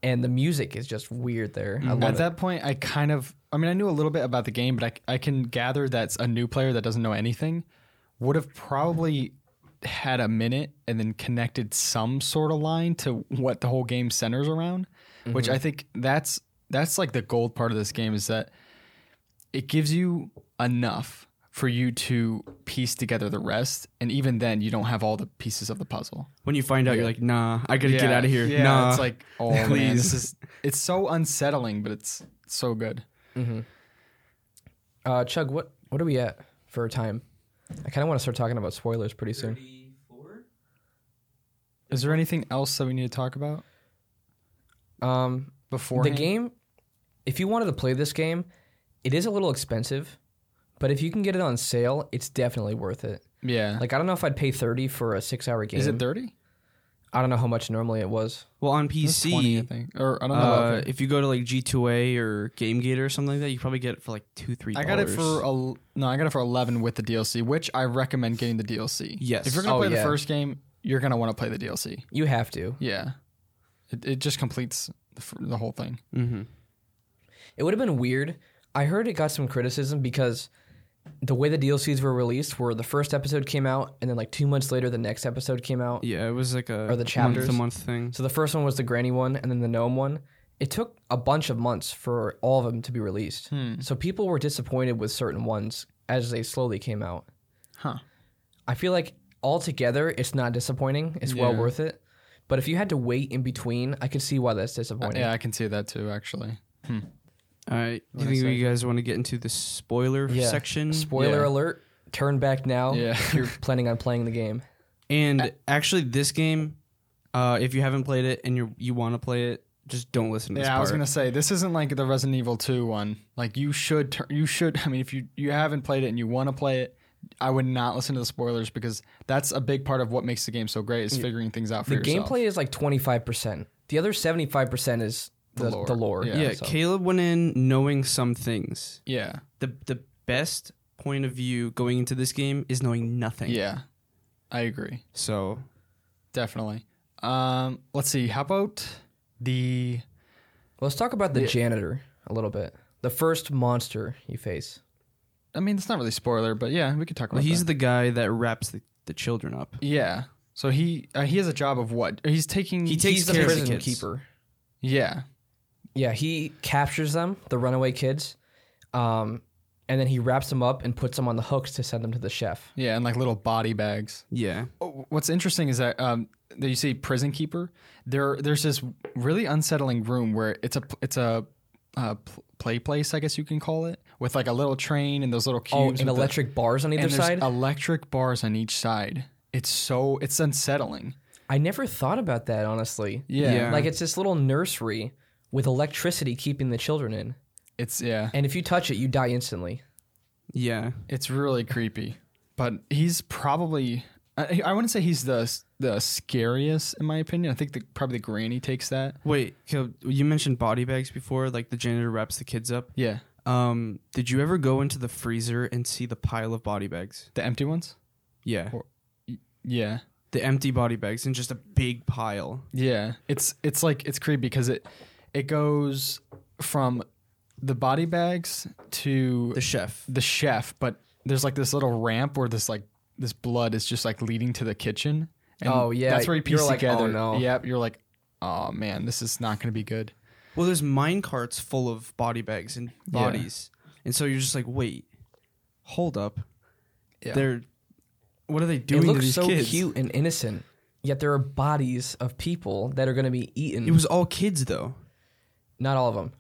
and the music is just weird there. I At love it. that point, I kind of, I mean, I knew a little bit about the game, but I, I can gather that a new player that doesn't know anything would have probably had a minute and then connected some sort of line to what the whole game centers around, Mm-hmm. which I think that's, that's like the gold part of this game is that it gives you enough for you to piece together the rest. And even then, you don't have all the pieces of the puzzle. When you find out, you're like, nah, I gotta get out of here. Yeah, nah, it's like, oh man, Please. this is, it's so unsettling, but it's so good. Uh, Chug, what what are we at for time? I kind of want to start talking about spoilers pretty soon. Is there anything else that we need to talk about Um, before The game, if you wanted to play this game, it is a little expensive, but if you can get it on sale, it's definitely worth it. Yeah. Like I don't know if I'd pay thirty for a six hour game. is it thirty? I don't know how much normally it was. well, on Twenty, I PC, think. Oh, Or I don't know. uh, if you go to like G2A or GameGator or something like that, you probably get it for like two, three. I got it for el- no, I got it for eleven with the DLC, which I recommend getting the DLC. Yes. If you're gonna Oh, play the yeah. first game, you're gonna want to play the DLC. You have to. Yeah. It, it just completes the, f- the whole thing. Mm-hmm. It would have been weird. I heard it got some criticism because the way the DLCs were released were the first episode came out and then like two months later the next episode came out. Yeah, it was like a Or the chapters. month to month thing. So the first one was the granny one and then the gnome one. It took a bunch of months for all of them to be released. Hmm. So people were disappointed with certain ones as they slowly came out. Huh. I feel like altogether it's not disappointing. It's well Yeah. worth it. But if you had to wait in between, I could see why that's disappointing. Yeah, I can see that too. Actually. All right, do Uh, you What I think said. you guys want to get into the spoiler Yeah. section? Spoiler Yeah. alert. Turn back now Yeah. if you're planning on playing the game. and actually, this game, uh, if you haven't played it and you you want to play it, just don't listen to this Yeah, I part. was gonna say this isn't like the Resident Evil Two one. Like you should, tur- you should. I mean, if you you haven't played it and you want to play it, I would not listen to the spoilers because that's a big part of what makes the game so great is figuring things out for The yourself. gameplay is like 25%. The other 75% is the, the lore. lore. yeah, Yeah, so- Caleb went in knowing some things. Yeah, the The best point of view going into this game is knowing nothing. yeah, I agree So definitely. Um, let's see. How about the? Let's talk about the janitor a little bit. The first monster you face. I mean, it's not really spoiler, but yeah, we could talk about. well, he's that. the guy that wraps the, the children up. yeah. So he uh, he has a job of what? He's taking. He takes He's the care of the prison kids. keeper. Yeah. Yeah, he captures them, the runaway kids, um, and then he wraps them up and puts them on the hooks to send them to the chef. Yeah, and like little body bags. Yeah, Oh, what's interesting is that um, that you see prison keeper. There, there's this really unsettling room where it's a it's a uh, pl- play place, I guess you can call it, with like a little train and those little cubes. Oh, with and the- electric bars on either and there's side? electric bars on each side. It's so it's unsettling. I never thought about that, honestly. Yeah, Yeah. Like, it's this little nursery with electricity keeping the children in. it's yeah, And if you touch it, you die instantly. yeah. it's really creepy. But he's probably I, I wouldn't say he's the the scariest in my opinion. I think the, probably the granny takes that. Wait, Caleb, you mentioned body bags before, like the janitor wraps the kids up. Yeah, Um, did you ever go into the freezer and see the pile of body bags? the empty ones. Yeah, Or- Yeah, the empty body bags and just a big pile. yeah. It's it's like it's creepy because it it goes from the body bags to The chef. the chef, but there's like this little ramp where this like this blood is just like leading to the kitchen. And Oh, yeah. that's where you You're piece like, together. "Oh, no." Yep, you're like, oh man, this is not going to be good. Well, there's mine carts full of body bags and bodies, and so you're just like, wait, hold up, Yeah. they're what are they It doing to looks these so kids? cute and innocent, yet there are bodies of people that are going to be eaten. It was all kids though, Not all of them.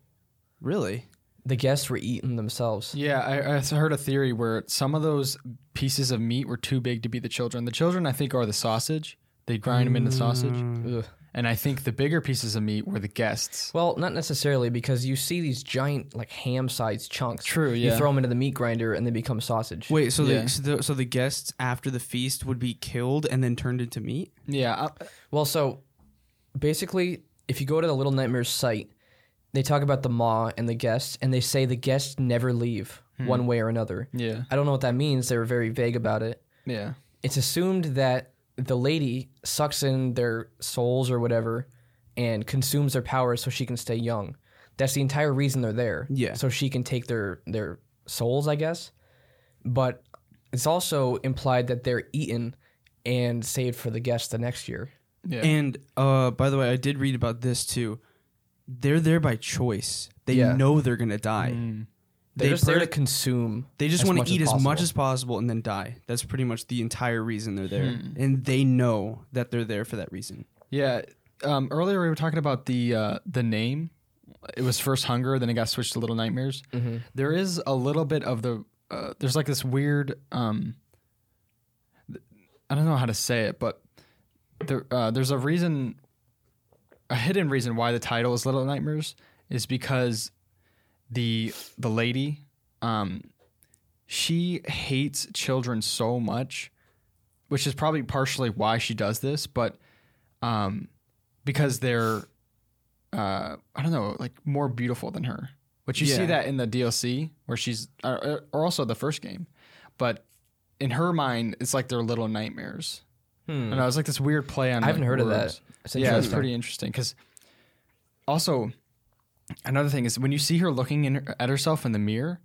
really. The guests were eaten themselves. Yeah, I, I heard a theory where some of those pieces of meat were too big to be the children. The children, I think, are the sausage. They grind them into sausage, Ugh. and I think the bigger pieces of meat were the guests. Well, not necessarily because you see these giant like ham-sized chunks. True, You yeah. throw them into the meat grinder and they become sausage. Wait, so Yeah. the so the so the guests after the feast would be killed and then turned into meat? Yeah, I, Well, so basically, if you go to the Little Nightmares site, they talk about the maw and the guests, and they say the guests never leave Hmm. one way or another. yeah, I don't know what that means. They were very vague about it. yeah, It's assumed that the lady sucks in their souls or whatever and consumes their powers so she can stay young. That's the entire reason they're there. Yeah. So she can take their their souls, I guess. But it's also implied that they're eaten and saved for the guests the next year. yeah. And uh, by the way, I did read about this too. They're there by choice. They Yeah. know they're gonna die. They're They just there per- to consume. They just as want much to as eat as much possible. as possible and then die. That's pretty much the entire reason they're there, Hmm. and they know that they're there for that reason. Yeah. Um, earlier we were talking about the uh, the name. It was first hunger, then it got switched to Little Nightmares. There is a little bit of the uh, there's like this weird um, th- I don't know how to say it, but there uh, there's a reason a hidden reason why the title is Little Nightmares is because the the lady um, she hates children so much, which is probably partially why she does this, but um, because they're uh, I don't know, like more beautiful than her. But you see Yeah. that in the DLC where she's, or, or also the first game, but in her mind, it's like their little nightmares. And I was like this weird play on. Hmm. Mm-hmm. I haven't like, heard of words. that. It's yeah, it's interesting. pretty interesting because also another thing is when you see her looking in at herself in the mirror,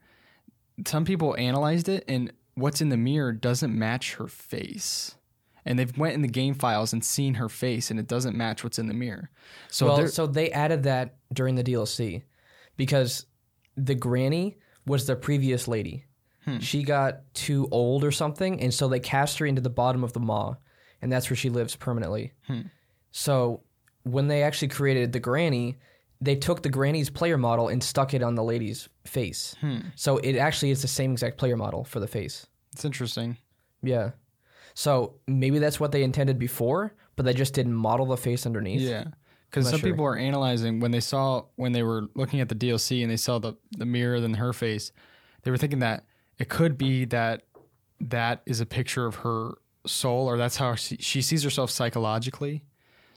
some people analyzed it and what's in the mirror doesn't match her face. And they've went in the game files and seen her face and it doesn't match what's in the mirror. So well, there- so they added that during the DLC because the granny was the previous lady. Hmm. She got too old or something, and so they cast her into the bottom of the maw, and that's where she lives permanently. Hmm. So when they actually created the granny, they took the granny's player model and stuck it on the lady's face. Hmm. So it actually is the same exact player model for the face. it's interesting. Yeah. So maybe that's what they intended before, but they just didn't model the face underneath. Yeah. Because some people are analyzing when they saw when they were looking at the DLC and they saw the, the mirror than her face, they were thinking that it could be that that is a picture of her soul or that's how she, she sees herself psychologically.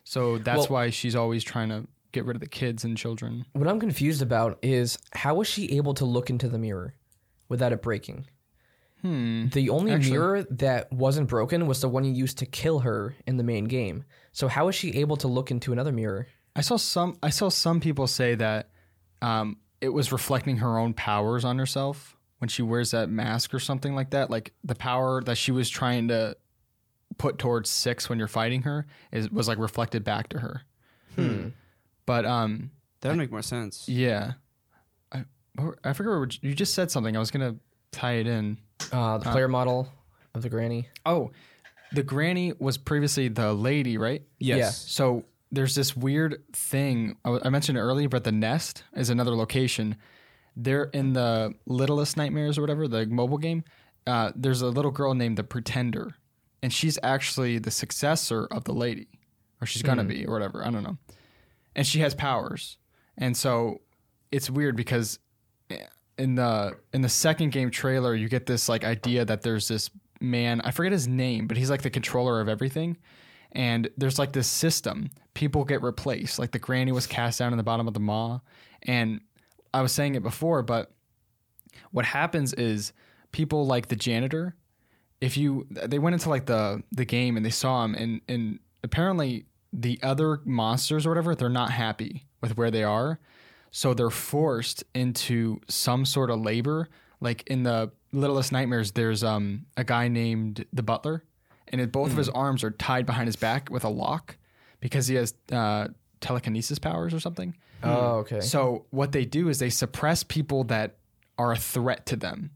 So that's Well- why she's always trying to get rid of the kids and children. What I'm confused about is how was she able to look into the mirror without it breaking? Hmm. The only mirror that wasn't broken was the one you used to kill her in the main game. So how was she able to look into another mirror? I saw some I saw some people say that um, it was reflecting her own powers on herself when she wears that mask or something like that. Like the power that she was trying to put towards six when you're fighting her is was like reflected back to her. But um, That would make more sense. yeah, I I forget what you just said something. I was gonna tie it in. Uh, the player model of the granny. Oh, the granny was previously the lady, right? Yes. So there's this weird thing I I mentioned it earlier, but the nest is another location. They're in the Littlest Nightmares or whatever the mobile game. Uh, there's a little girl named the Pretender, and she's actually the successor of the lady, or she's gonna be, or whatever. I don't know. And she has powers, and so it's weird because in the in the second game trailer, you get this like idea that there's this man. I forget his name, but he's like the controller of everything. And there's like this system. People get replaced. Like the granny was cast down in the bottom of the maw. And I was saying it before, but what happens is people like the janitor if you they went into like the the game and they saw him and and apparently the other monsters or whatever they're not happy with where they are so they're forced into some sort of labor like in the littlest nightmares there's um a guy named the butler and it, both of his arms are tied behind his back with a lock because he has uh, telekinesis powers or something Hmm. Oh, okay. so what they do is they suppress people that are a threat to them.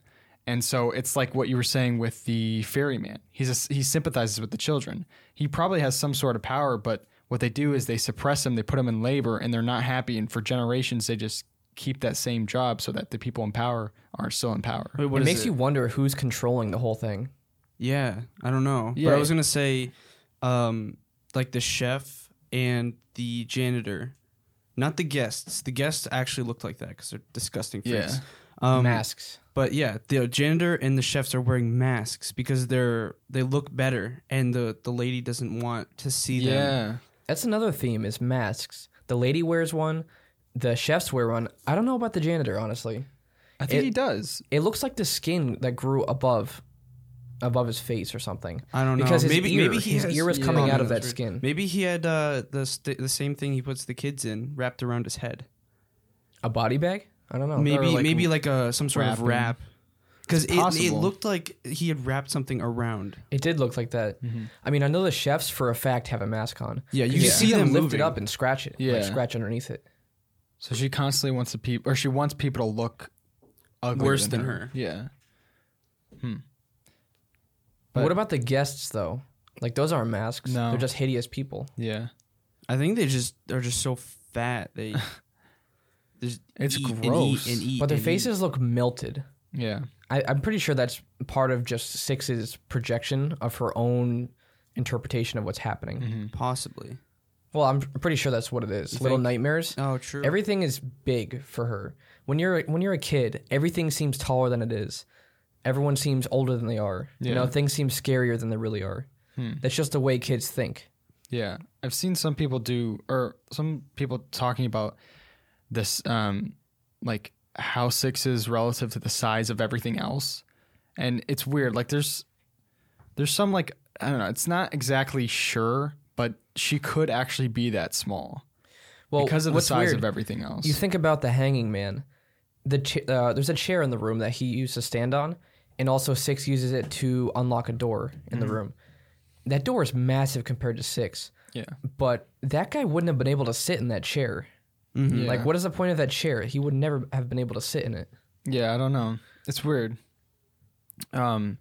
And so it's like what you were saying with the ferryman. He's a, he sympathizes with the children. He probably has some sort of power, but what they do is they suppress him, they put him in labor, and they're not happy. And for generations, they just keep that same job so that the people in power are still in power. Wait, what it is makes you wonder who's controlling the whole thing. Yeah, I don't know. Yeah. But I was gonna say, um, like the chef and the janitor, not the guests. The guests actually look like that because they're disgusting. Freaks. Yeah. Um, Masks. But yeah, the janitor and the chefs are wearing masks because they're they look better, and the the lady doesn't want to see them. Yeah. That's another theme is masks. The lady wears one, the chefs wear one. I don't know about the janitor, honestly. I think It- he does. It looks like the skin that grew above above his face or something. I don't know. Because his maybe ear- maybe he his has- Oh, ear was coming out of that's that right. skin. Maybe he had uh, the st- the same thing he puts the kids in wrapped around his head. A body bag? I don't know. maybe like, maybe like a some sort wrapping. of wrap because it, it possible. looked like he had wrapped something around. It did look like that. I mean, I know the chefs for a fact have a mask on. Mm-hmm. Yeah, you 'Cause can see them lift moving. it up and scratch it. Yeah, Yeah. like scratch underneath it. So she constantly wants the people, or she wants people to look ugly Worse than her. Yeah. But But- what about the guests though? Like those aren't masks. No. They're just hideous people. Yeah. I think they just are just so fat they. just It's eat and eat gross. and eat But their and eat. faces look melted. Yeah. I, I'm pretty sure that's part of just Six's projection of her own interpretation of what's happening. Mm-hmm. possibly. Well, I'm pretty sure that's what it is. Little nightmares. Oh, true. Everything is big for her. When you're when you're a kid, everything seems taller than it is. Everyone seems older than they are. You know, Yeah. Hmm. things seem scarier than they really are. That's just the way kids think. Yeah, I've seen some people do, or some people talking about this, um, like how six is relative to the size of everything else, and it's weird. Like there's, there's some like I don't know. It's not exactly sure, but she could actually be that small Well, because of the what's size weird, of everything else. You think about the hanging man. The ch- uh, there's a chair in the room that he used to stand on, and also Six uses it to unlock a door in Hmm. the room. That door is massive compared to Six, yeah, but that guy wouldn't have been able to sit in that chair. Mm-hmm. Like, what is the point of that chair? He would never have been able to sit in it. yeah. I don't know. It's weird. Um,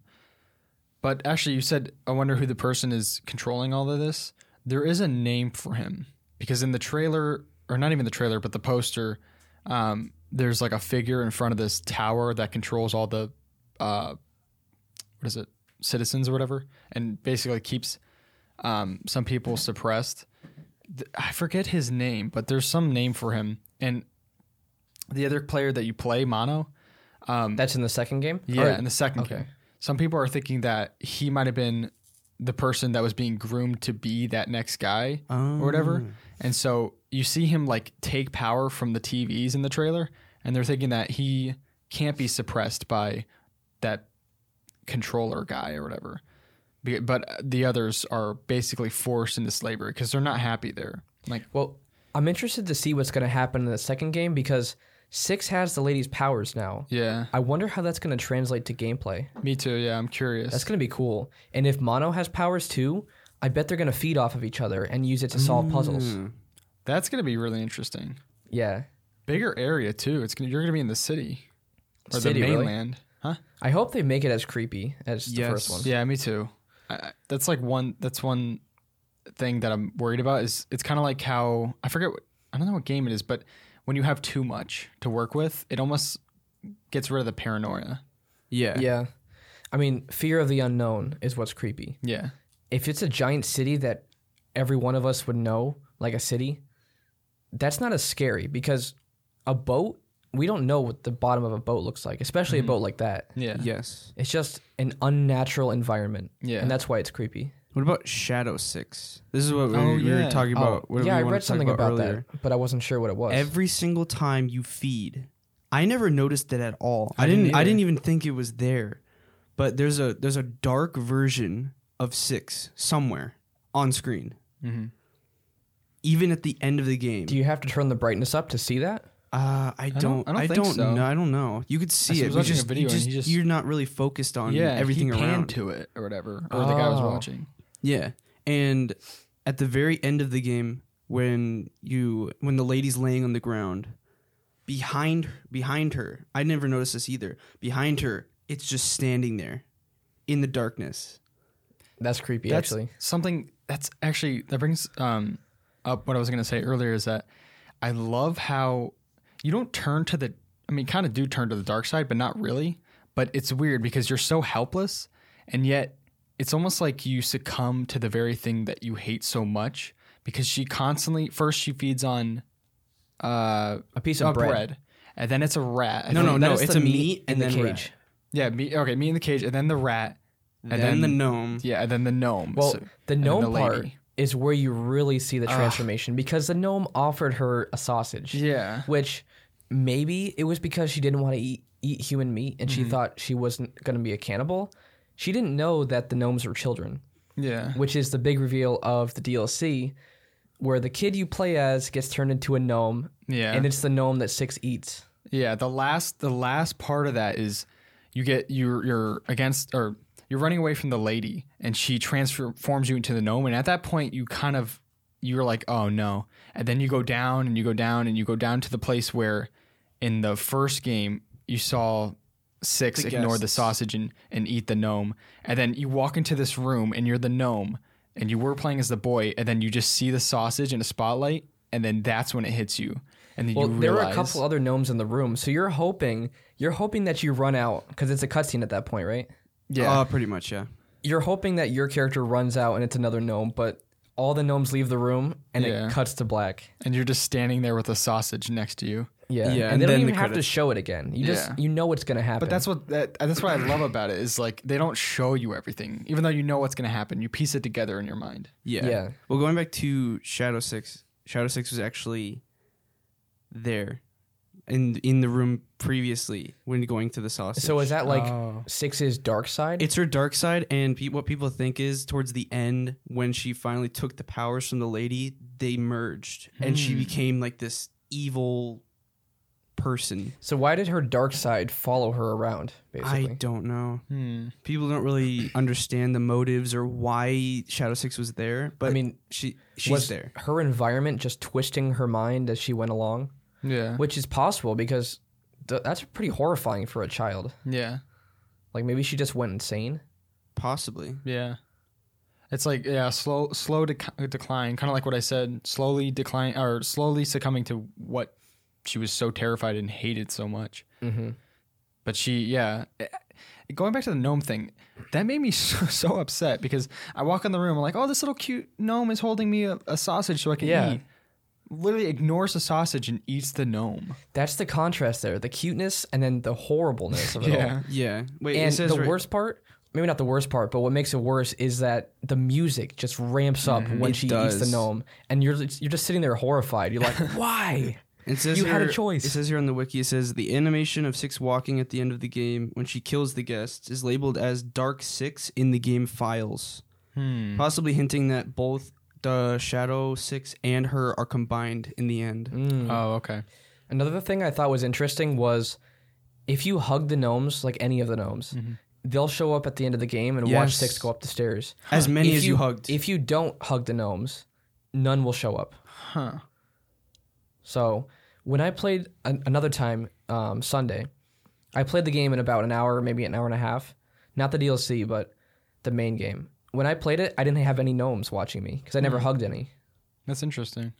but actually, you said I wonder who the person is controlling all of this. There is a name for him because in the trailer, or not even the trailer, but the poster, um, there's like a figure in front of this tower that controls all the, uh, what is it, citizens or whatever, and basically keeps um, some people suppressed. Th- I forget his name, but there's some name for him. And the other player that you play, Mono, That's in the second game. yeah, Or- in the second okay. game. Some people are thinking that he might have been the person that was being groomed to be that next guy or whatever. Oh. And so you see him like take power from the TVs in the trailer, and they're thinking that he can't be suppressed by that controller guy or whatever. Be- But the others are basically forced into slavery because they're not happy there. Like, Well, I'm interested to see what's going to happen in the second game because Six has the lady's powers now. yeah, I wonder how that's going to translate to gameplay. me too. Yeah, I'm curious. That's going to be cool. And if Mono has powers too, I bet they're going to feed off of each other and use it to Mm. solve puzzles. That's going to be really interesting. Yeah. bigger area too. It's gonna, you're gonna be in the city or City, the really? mainland, huh? I hope they make it as creepy as the Yes. first one. Yeah, me too. I, I- that's like one. That's one thing that I'm worried about is it's kind of like how I forget. What, I don't know what game it is, but when you have too much to work with, it almost gets rid of the paranoia. yeah. Yeah. I mean, fear of the unknown is what's creepy. Yeah, If it's a giant city that every one of us would know, like a city, that's not as scary because a boat we don't know what the bottom of a boat looks like, especially Mm-hmm. a boat like that. Yeah. Yes. It's just an unnatural environment. Yeah. And that's why it's creepy. What about Shadow Six? This is what we, Oh, were, we yeah. were talking about. oh, what yeah, we I wanted read to talk something about, earlier. that, but I wasn't sure what it was. Every single time you feed, I never noticed it at all. I I didn't. didn't I either. didn't even think it was there. But there's a there's a dark version of Six somewhere on screen, Mm-hmm. even at the end of the game. Do you have to turn the brightness up to see that? Uh, I don't- don't. I don't I think don't, so. know. I don't know. You could see it. I was but watching a just, video you and just, he just- you're not really focused on yeah, everything he panned around. to it or whatever, or the guy was Oh. watching. Yeah, and at the very end of the game, when you when the lady's laying on the ground, behind behind her, I never noticed this either. Behind her, it's just standing there, in the darkness. That's creepy, that's actually. something that's actually that brings um, up what I was going to say earlier is that I love how you don't turn to the I mean kind of do turn to the dark side but not really but it's weird because you're so helpless and yet it's almost like you succumb to the very thing that you hate so much because she constantly first she feeds on uh A piece of a bread. bread. and then it's a rat and No, then- no, That no. is It's the a meat in and the then rat. cage. yeah me okay me in the cage and then the rat and, and then, the gnome. yeah and then the gnome Well, So- Oh, the and then gnome the part lady. is where you really see the transformation because the gnome offered her a sausage. yeah Which maybe it was because she didn't want to eat, eat human meat and Mm-hmm. she thought she wasn't going to be a cannibal. She didn't know that the gnomes were children, yeah which is the big reveal of the DLC, where the kid you play as gets turned into a gnome, Yeah. and it's the gnome that Six eats. Yeah, the last the last part of that is you get you're you're against or you're running away from the lady and she transforms you into the gnome and at that point you kind of you're like oh no and then you go down and you go down and you go down to the place where in the first game you saw six The ignore the guests. sausage and, and eat the gnome and then you walk into this room and you're the gnome and you were playing as the boy and then you just see the sausage in a spotlight and then that's when it hits you and then Well, you there realize were a couple other gnomes in the room, so you're hoping you're hoping that you run out because it's a cutscene at that point, right? yeah Uh, pretty much. Yeah. You're hoping that your character runs out and it's another gnome, but all the gnomes leave the room and Yeah. it cuts to black. and you're just standing there with a sausage next to you. Yeah, Yeah, and, and they don't then even the have to credits. show it again. You Yeah. just you know what's gonna happen. But that's what that, that's what I love about it is like they don't show you everything, even though you know what's going to happen. You piece it together in your mind. Yeah. Yeah. Well, going back to Shadow Six, Shadow Six was actually there, in in the room previously when going to the sausage. so is that like Oh. Six's dark side? It's her dark side, and pe- what people think is towards the end, when she finally took the powers from the lady, they merged, and Hmm. she became like this evil person. so why did her dark side follow her around? Basically, I don't know. Hmm. People don't really understand the motives or why Shadow Six was there, but I mean, she she's was there. her environment just twisting her mind as she went along, Yeah, which is possible because th- that's pretty horrifying for a child. yeah, Like maybe she just went insane. Possibly. yeah. It's like yeah, slow slow dec- decline, kind of like what I said, slowly decline or slowly succumbing to what she was so terrified and hated so much. Mm-hmm. But she, yeah. Eh, Going back to the gnome thing, that made me so, so upset because I walk in the room, I'm like, oh, this little cute gnome is holding me a, a sausage so I can Yeah. eat. Literally ignores the sausage and eats the gnome. That's the contrast there: the cuteness and then the horribleness of it all. Yeah. Wait. it And says the right- worst part, maybe not the worst part, but what makes it worse is that the music just ramps up when Mm-hmm. It she eats does. the gnome, and you're you're just sitting there horrified. You're like, why? It says You had a here- choice. It says here on the wiki. It says the animation of Six walking at the end of the game when she kills the guests is labeled as Dark Six in the game files, Hmm. possibly hinting that both the Shadow Six and her are combined in the end. Hmm. Oh, okay. Mm. Another thing I thought was interesting was if you hug the gnomes, like any of the gnomes, they'll show up at the end of the game and watch Mm-hmm. Yes. Six go up the stairs. As many If as you, hugged. If you don't hug the gnomes, none will show up. Huh. So when I played an- another time um, Sunday, I played the game in about an hour, maybe an hour and a half. Not the DLC, but the main game. When I played it, I didn't have any gnomes watching me because I Mm. never hugged any. That's interesting.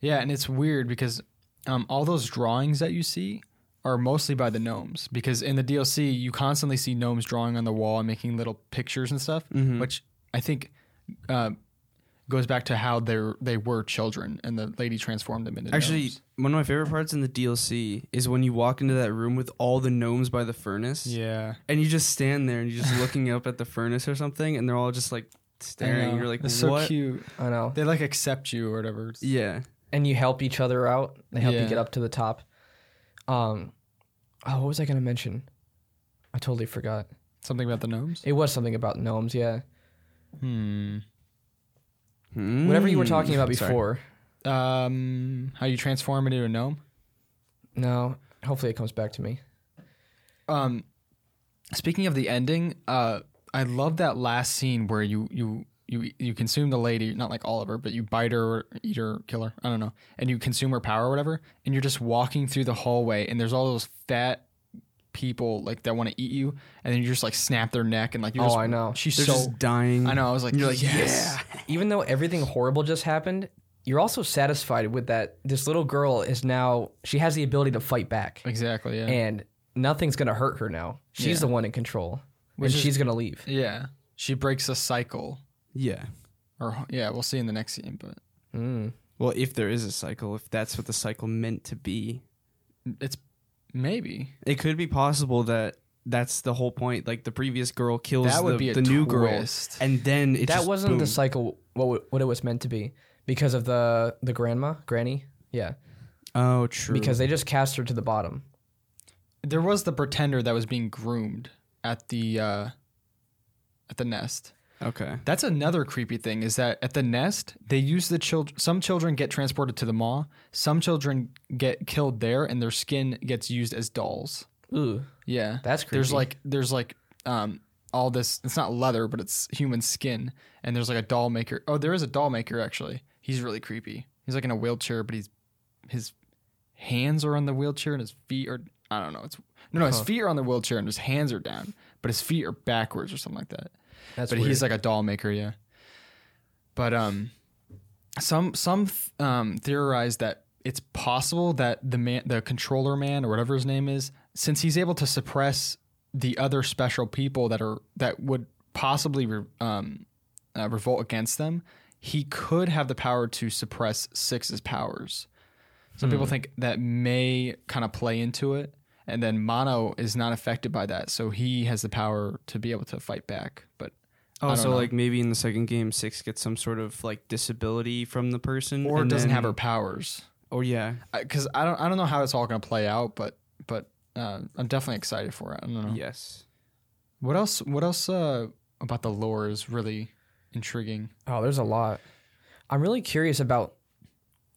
Yeah, and it's weird because um, all those drawings that you see are mostly by the gnomes because in the DLC you constantly see Mm-hmm. gnomes drawing on the wall and making little pictures and stuff, which I think uh, goes back to how they they were children, and the lady transformed them into Actually, gnomes. one of my favorite parts in the DLC is when you walk into that room with all the gnomes by the furnace, Yeah, and you just stand there and you're just looking up at the furnace or something, and they're all just like staring. and You're like, it's what? so cute. I know. They like accept you or whatever. It's- Yeah, And you help each other out. They help Yeah. you get up to the top. Um, oh, what was I gonna mention? I totally forgot. Something about the gnomes. It was something about gnomes. Yeah, Hmm. whatever you were Mm. talking about Sorry. before. Um, how you transform into a gnome? No, hopefully it comes back to me. Um, speaking of the ending, uh, I love that last scene where you you you you consume the lady, not like all of her, but you bite her, or eat her, kill her. I don't know, and you consume her power or whatever, and you're just walking through the hallway, and there's all those fat people like that want to eat you, and then you just like snap their neck and like you Oh, just, I know. she's they're so just dying. I know I was like And you're like, yes. yeah. even though everything horrible just happened, you're also satisfied with that this little girl is now she has the ability to fight back exactly yeah and nothing's going to hurt her now. She's Yeah. the one in control Which and is- she's going to leave. yeah she breaks a cycle Yeah. or yeah we'll see in the next scene but Mm. Well, if there is a cycle, if that's what the cycle meant to be, it's maybe it could be possible that that's the whole point. Like the previous girl kills That would the, be a the new twist. girl, and then it That just, wasn't the boom. cycle what w- what it was meant to be because of the the grandma, granny. Yeah. Oh, true. Because they just cast her to the bottom. there was the pretender that was being groomed at the uh at the nest okay, that's another creepy thing is that at the nest they use the children some children get transported to the mall some children get killed there and their skin gets used as dolls Ooh. yeah That's there's creepy. like there's like um all this it's not leather but it's human skin and there's like a doll maker oh there is a doll maker actually he's really creepy he's like in a wheelchair but he's his hands are on the wheelchair and his feet are i don't know it's no no his feet are on the wheelchair and his hands are down but his feet are backwards or something like that That's but weird. he's like a doll maker yeah but um some some th- um theorize that it's possible that the man the controller man or whatever his name is since he's able to suppress the other special people that are that would possibly re- um uh, revolt against them he could have the power to suppress six's powers some people Hmm. think that may kind of play into it and then mono is not affected by that so he has the power to be able to fight back but I don't Also, know. Oh, like maybe in the second game, six gets some sort of like disability from the person, or and doesn't then- have her powers Or yeah, because I don't I don't know how it's all going to play out, but but uh, I'm definitely excited for it. I don't know. yes. What else? What else uh, about the lore is really intriguing? Oh, there's a lot. I'm really curious about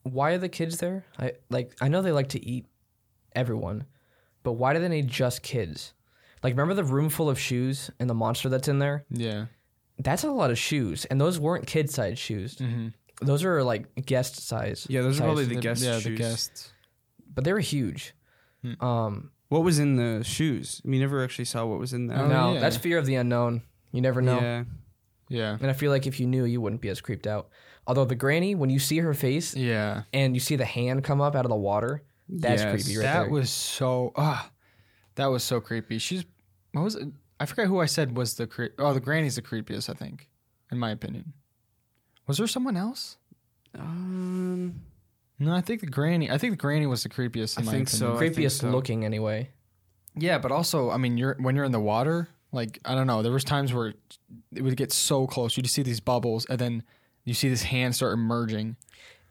why are the kids there? I like I know they like to eat everyone, but why do they need just kids? Like remember the room full of shoes and the monster that's in there? Yeah, That's a lot of shoes, and those weren't kid size shoes. Mhm. Those are like guest size. Yeah, those are Nice. probably the guest yeah, the shoes. guests. But they were huge. Hmm. Um What was in the shoes? We never actually saw what was in there. Oh, no, yeah. that's fear of the unknown. You never know. Yeah. Yeah, And I feel like if you knew, you wouldn't be as creeped out. Although the granny, when you see her face yeah. and you see the hand come up out of the water, that's Yes. creepy right that there. was so ah, that was so creepy. She's what was it? I forget who I said was the cre- oh the granny's the creepiest I think, in my opinion. Was there someone else? Um, No, I think the granny. I think the granny was the creepiest. In I my think opinion. so. I think creepiest so. looking anyway. Yeah, but also, I mean, you're when you're in the water, like I don't know, there was times where it would get so close, you'd see these bubbles, and then you see this hand start emerging.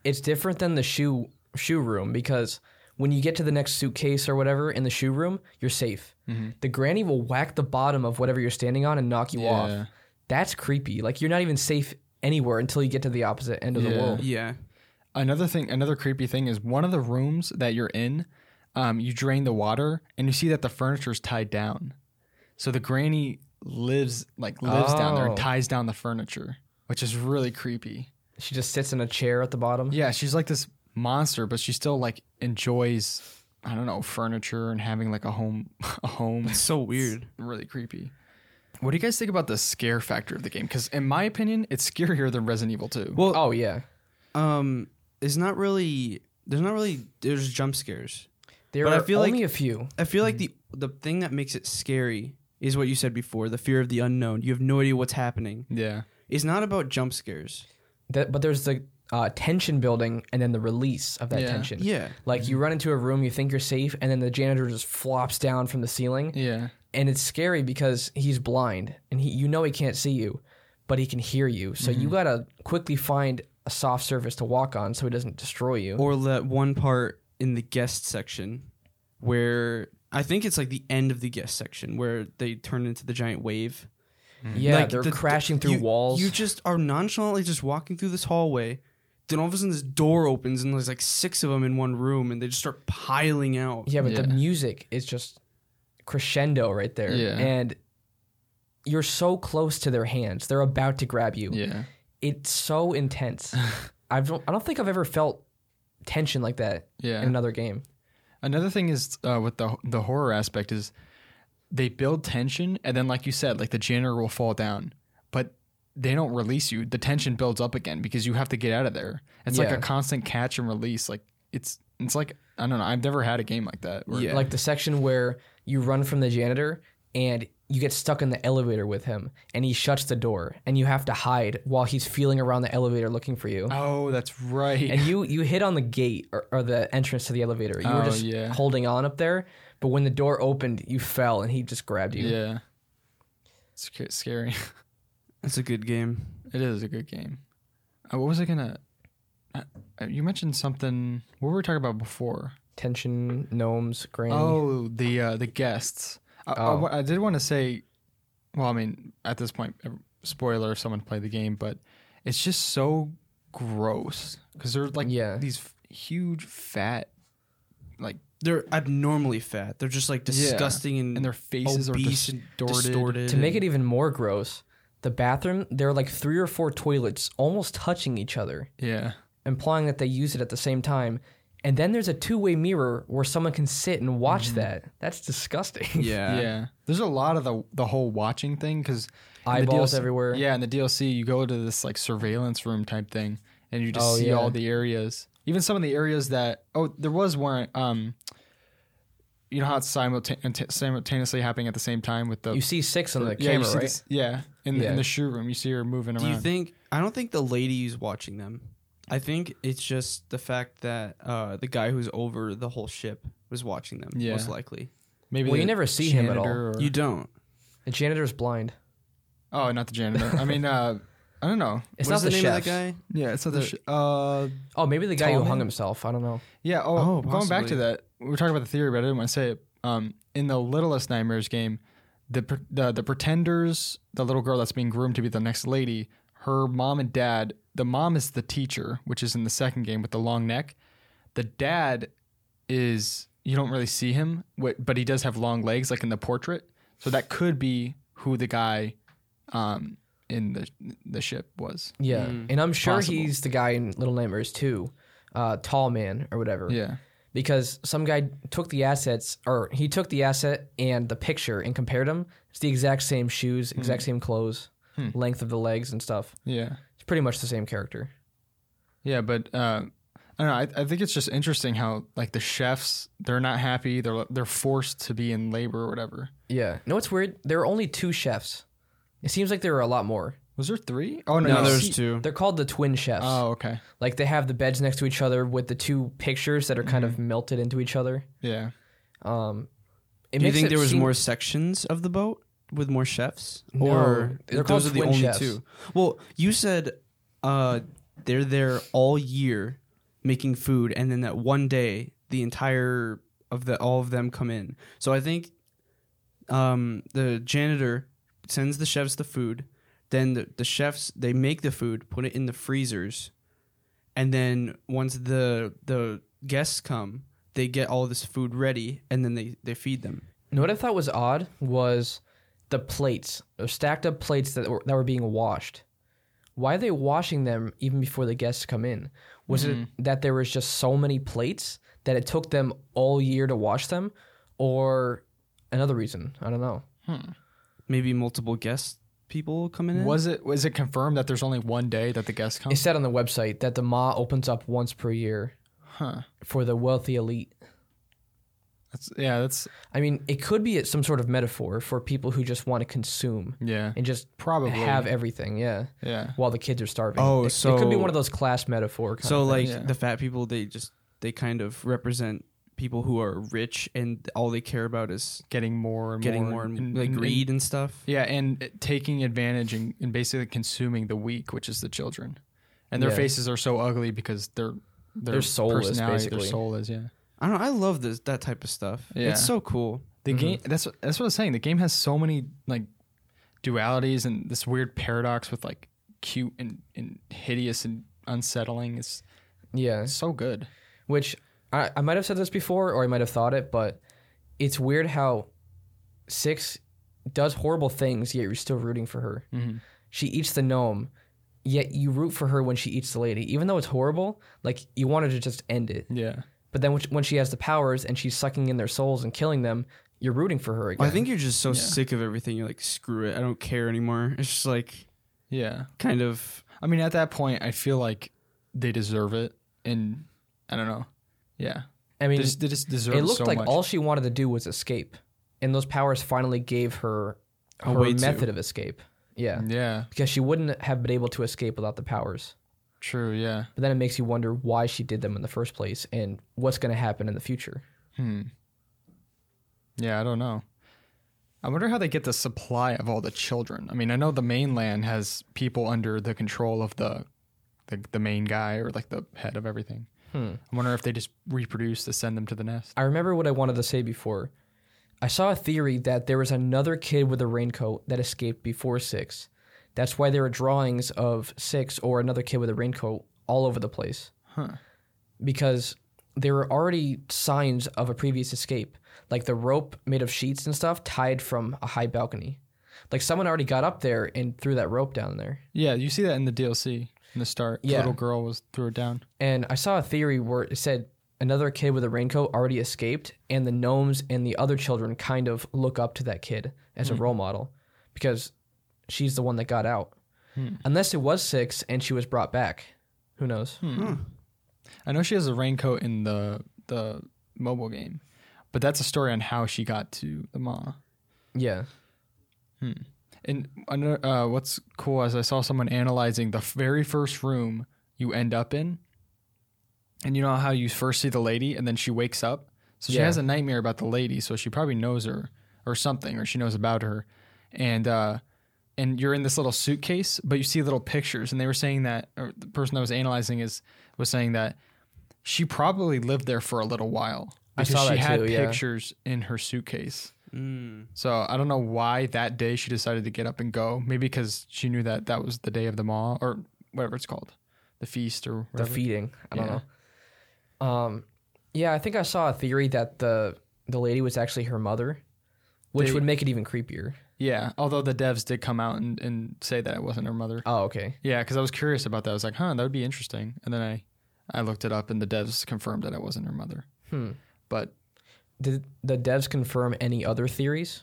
It's different than the shoe shoe room because when you get to the next suitcase or whatever in the shoe room, you're safe. Mm-hmm. The granny will whack the bottom of whatever you're standing on and knock you Yeah. off. That's creepy. Like you're not even safe anywhere until you get to the opposite end of the Yeah. world. Yeah. Another thing, another creepy thing is one of the rooms that you're in, um, you drain the water, and you see that the furniture's tied down. So the granny lives like lives down there and Oh. ties down the furniture, which is really creepy. She just sits in a chair at the bottom. Yeah, she's like this monster, but she still like enjoys. I don't know furniture and having like a home, a home. It's so weird. really creepy. What do you guys think about the scare factor of the game? Because in my opinion, it's scarier than Resident Evil 2. Well, Oh yeah. um, it's not really. There's not really. There's jump scares. There But I are feel like- only a few. I feel like the Mm-hmm. the thing that makes it scary is what you said before. The fear of the unknown. You have no idea what's happening. yeah. It's not about jump scares. that, but there's the uh, tension building and then the release of that Yeah. tension. Yeah. Mm-hmm. Like you run into a room, you think you're safe, and then the janitor just flops down from the ceiling. Yeah. and it's scary because he's blind and he you know he can't see you but he can hear you so Mm-hmm. you gotta quickly find a soft surface to walk on so he doesn't destroy you Or that one part in the guest section where I think it's like the end of the guest section where they turn into the giant wave. Mm-hmm. yeah Like, they're the- crashing through you- walls You just are nonchalantly just walking through this hallway. Then all of a sudden, this door opens and there's like six of them in one room, and they just start piling out. yeah but the Yeah. music is just crescendo right there Yeah. and you're so close to their hands they're about to grab you Yeah. it's so intense i don't i don't think i've ever felt tension like that Yeah. in another game Another thing is uh, with the the horror aspect is they build tension, and then like you said, like the janitor will fall down, but they don't release you. The tension builds up again because you have to get out of there. It's like Yeah. a constant catch and release. Like it's it's like I don't know. I've never had a game like that. where- Yeah. like the section where you run from the janitor and you get stuck in the elevator with him and he shuts the door and you have to hide while he's feeling around the elevator looking for you Oh, that's right. and you you hit on the gate or, or the entrance to the elevator you were Oh, just yeah. holding on up there but when the door opened you fell and he just grabbed you yeah. It's sc- scary. That's a good game. It is a good game. Uh, what was I gonna? Uh, uh, you mentioned something. What were we talking about before? tension gnomes granny Oh, the uh, the guests. I, I Oh. wa- I did want to say, well, I mean, at this point, ev- spoiler if someone played the game, but it's just so gross because they're like Yeah. these f- huge fat, like They're abnormally fat. They're just like disgusting and, and their faces obese are and distorted. distorted. to make it even more gross the bathroom there are like three or four toilets almost touching each other Yeah, implying that they use it at the same time. And then there's a two way mirror where someone can sit and watch that. That's disgusting. yeah. yeah. There's a lot of the the whole watching thing because Eyeballs everywhere. Yeah, in the DLC, you go to this like surveillance room type thing, and you just Oh, see yeah. all the areas, even some of the areas that. Oh, there was one. Um, you know how it's simultan- simultaneously happening at the same time with the You see six on the yeah, you camera, see right? this- yeah, in, The, Yeah. in the shoe room, you see her moving Do around. you think? I don't think the lady's watching them. I think it's just the fact that uh, the guy who's over the whole ship was watching them. Yeah. Most likely, Maybe Well, you the never see him at all. janitor or- you don't. The janitor's blind. oh, not the janitor. I mean, uh, I don't know. It's What's the, not name chef. of that guy? Yeah, it's not the. sh- uh, Oh, maybe the guy who Tallman? hung himself. I don't know. Yeah. Oh, Oh, going back to possibly. that, we were talking about the theory, but I didn't want to say it. Um, in the Littlest Nightmares game, the pre- the the pretenders, the little girl that's being groomed to be the next lady, her mom and dad. The mom is the teacher, which is in the second game with the long neck. The dad is you don't really see him, wh- but he does have long legs, like in the portrait. So that could be who the guy, um, in the the ship was. Yeah. and I'm sure Possible. he's the guy in Little Nightmares too. Uh, tall man or whatever. Yeah. Because some guy took the assets, or he took the asset and the picture and compared them. It's the exact same shoes, exact same clothes, length of the legs and stuff. Yeah. It's pretty much the same character. Yeah, but uh, I don't know. I, I think it's just interesting how like the chefs they're not happy. They're they're forced to be in labor or whatever. Yeah. No, it's weird. There are only two chefs. It seems like there were a lot more. Was there three? Oh no, No, you there's see- two. They're called the twin chefs. Oh okay, Like they have the beds next to each other with the two pictures that are kind Mm-hmm. of melted into each other. yeah. Um, it Do you makes think it there was seem- more sections of the boat with more chefs, No, or they're called those are the twin only chefs. two? Well, you said uh, they're there all year making food, and then that one day the entire of the all of them come in. So I think um, the janitor sends the chefs the food. Then the, the chefs they make the food, put it in the freezers, and then once the the guests come, they get all this food ready, and then they they feed them. You know what I thought was odd was the plates, or stacked up plates that were, that were being washed. Why are they washing them even before the guests come in? Was Mm-hmm. it that there was just so many plates that it took them all year to wash them, or another reason? I don't know. maybe multiple guest people coming in. Was it was it confirmed that there's only one day that the guests come? It said on the website that the Ma opens up once per year Huh. for the wealthy elite. That's yeah. That's I mean, it could be some sort of metaphor for people who just want to consume yeah. and just Probably. have everything. Yeah, Yeah. while the kids are starving. Oh, it, it could be so- one of those class metaphor. Kind So of like Yeah. the fat people, they just they kind of represent people who are rich and all they care about is Getting more and getting more more, and, like greed and stuff. Yeah, and it- taking advantage and, and basically consuming the weak, which is the children, and their Yeah. faces are so ugly because they're They're soulless, basically. Their soul is yeah. I don't. know, I love this that type of stuff. Yeah. It's so cool. The Mm-hmm. game that's that's what I was saying. The game has so many like dualities and this weird paradox with like cute and, and hideous and unsettling. It's thing. yeah, it's so good. which I, I might have said this before or I might have thought it, but it's weird how Six does horrible things, yet you're still rooting for her. She eats the gnome, yet you root for her when she eats the lady. Even though it's horrible, like you wanted to just end it. Yeah, But then when she- when she has the powers and she's sucking in their souls and killing them, you're rooting for her again. I think you're just so sick of everything. You're like, screw it. I don't care anymore. It's just like yeah. kind of I mean, at that point, I feel like they deserve it, and I don't know. Yeah, I they mean, just, they just deserve it looked so like much. all she wanted to do was escape, and those powers finally gave her A her way to. method of escape. Yeah, Yeah, because she wouldn't have been able to escape without the powers. true. Yeah. But then it makes you wonder why she did them in the first place and what's going to happen in the future. Hmm. Yeah, I don't know. I wonder how they get the supply of all the children. I mean, I know the mainland has people under the control of the the, the main guy or like the head of everything. I wonder if they just reproduce to send them to the nest. I remember what I wanted to say before. I saw a theory that there was another kid with a raincoat that escaped before Six. That's why there are drawings of Six or another kid with a raincoat all over the place. Huh. Because there were already signs of a previous escape, like the rope made of sheets and stuff tied from a high balcony. Like someone already got up there and threw that rope down there. Yeah, you see that in the DLC in the start. The Yeah. little girl was threw it down. and I saw a theory where it said another kid with a raincoat already escaped, and the gnomes and the other children kind of look up to that kid as Hmm. a role model because she's the one that got out. Hmm. Unless it was six and she was brought back. Who knows? Hmm. I know she has a raincoat in the the mobile game, but that's a story on how she got to the mall. Yeah. And under, uh, what's cool is I saw someone analyzing the very first room you end up in, and you know how you first see the lady and then she wakes up, so she Yeah. has a nightmare about the lady, so she probably knows her or something, or she knows about her, and uh, and you're in this little suitcase, but you see little pictures, and they were saying that, or the person that was analyzing is was saying that she probably lived there for a little while I because saw she that had too, yeah. pictures in her suitcase. mm, So I don't know why that day she decided to get up and go. Maybe because she knew that that was the day of the mall or whatever it's called, the feast or The whatever. feeding. I don't Yeah. know. Um, yeah, I think I saw a theory that the the lady was actually her mother, which They- would make it even creepier. yeah. Although the devs did come out and, and say that it wasn't her mother. Oh, okay. Yeah, because I was curious about that. I was like, huh, that would be interesting. And then I, I looked it up and the devs confirmed that it wasn't her mother. Hmm. But Did the devs confirm any other theories?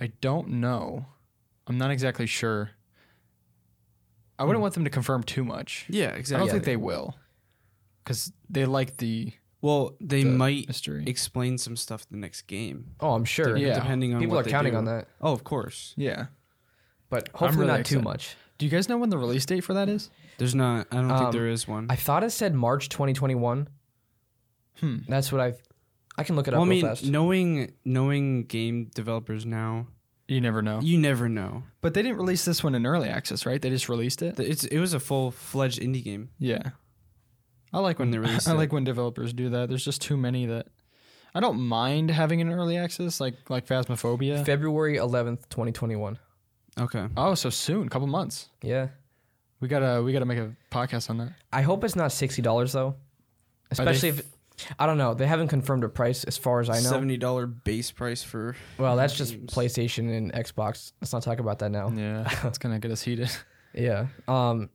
I don't know. I'm not exactly sure. I wouldn't want them to confirm too much. yeah, I don't exactly. think they will, because they like the well, they the might mystery. explain some stuff the next game, Oh, I'm sure. Yeah. depending on People what are they counting do. on that. Oh, of course. yeah. but hopefully really not too excited. much. Do you guys know when the release date for that is? There's not. I don't Um, think there is one. I thought it said March 2021. Hmm. That's what I've. I can look it up well, I real mean, fast. knowing knowing game developers now, You never know. you never know. But they didn't release this one in early access, right? They just released it. Th- It's it was a full fledged indie game. yeah. I like When when they released I it. like when developers do that. There's just too many that I don't mind having an early access, like like Phasmophobia. February 11th, 2021. Okay. oh, so soon, couple months. Yeah. We gotta we gotta make a podcast on that. I hope it's not sixty dollars though, especially if I don't know. They haven't confirmed a price as far as I know. Seventy dollar base price for well, that's just Games. PlayStation and Xbox. Let's not talk about that now. Yeah, that's gonna get us heated. Yeah. Um,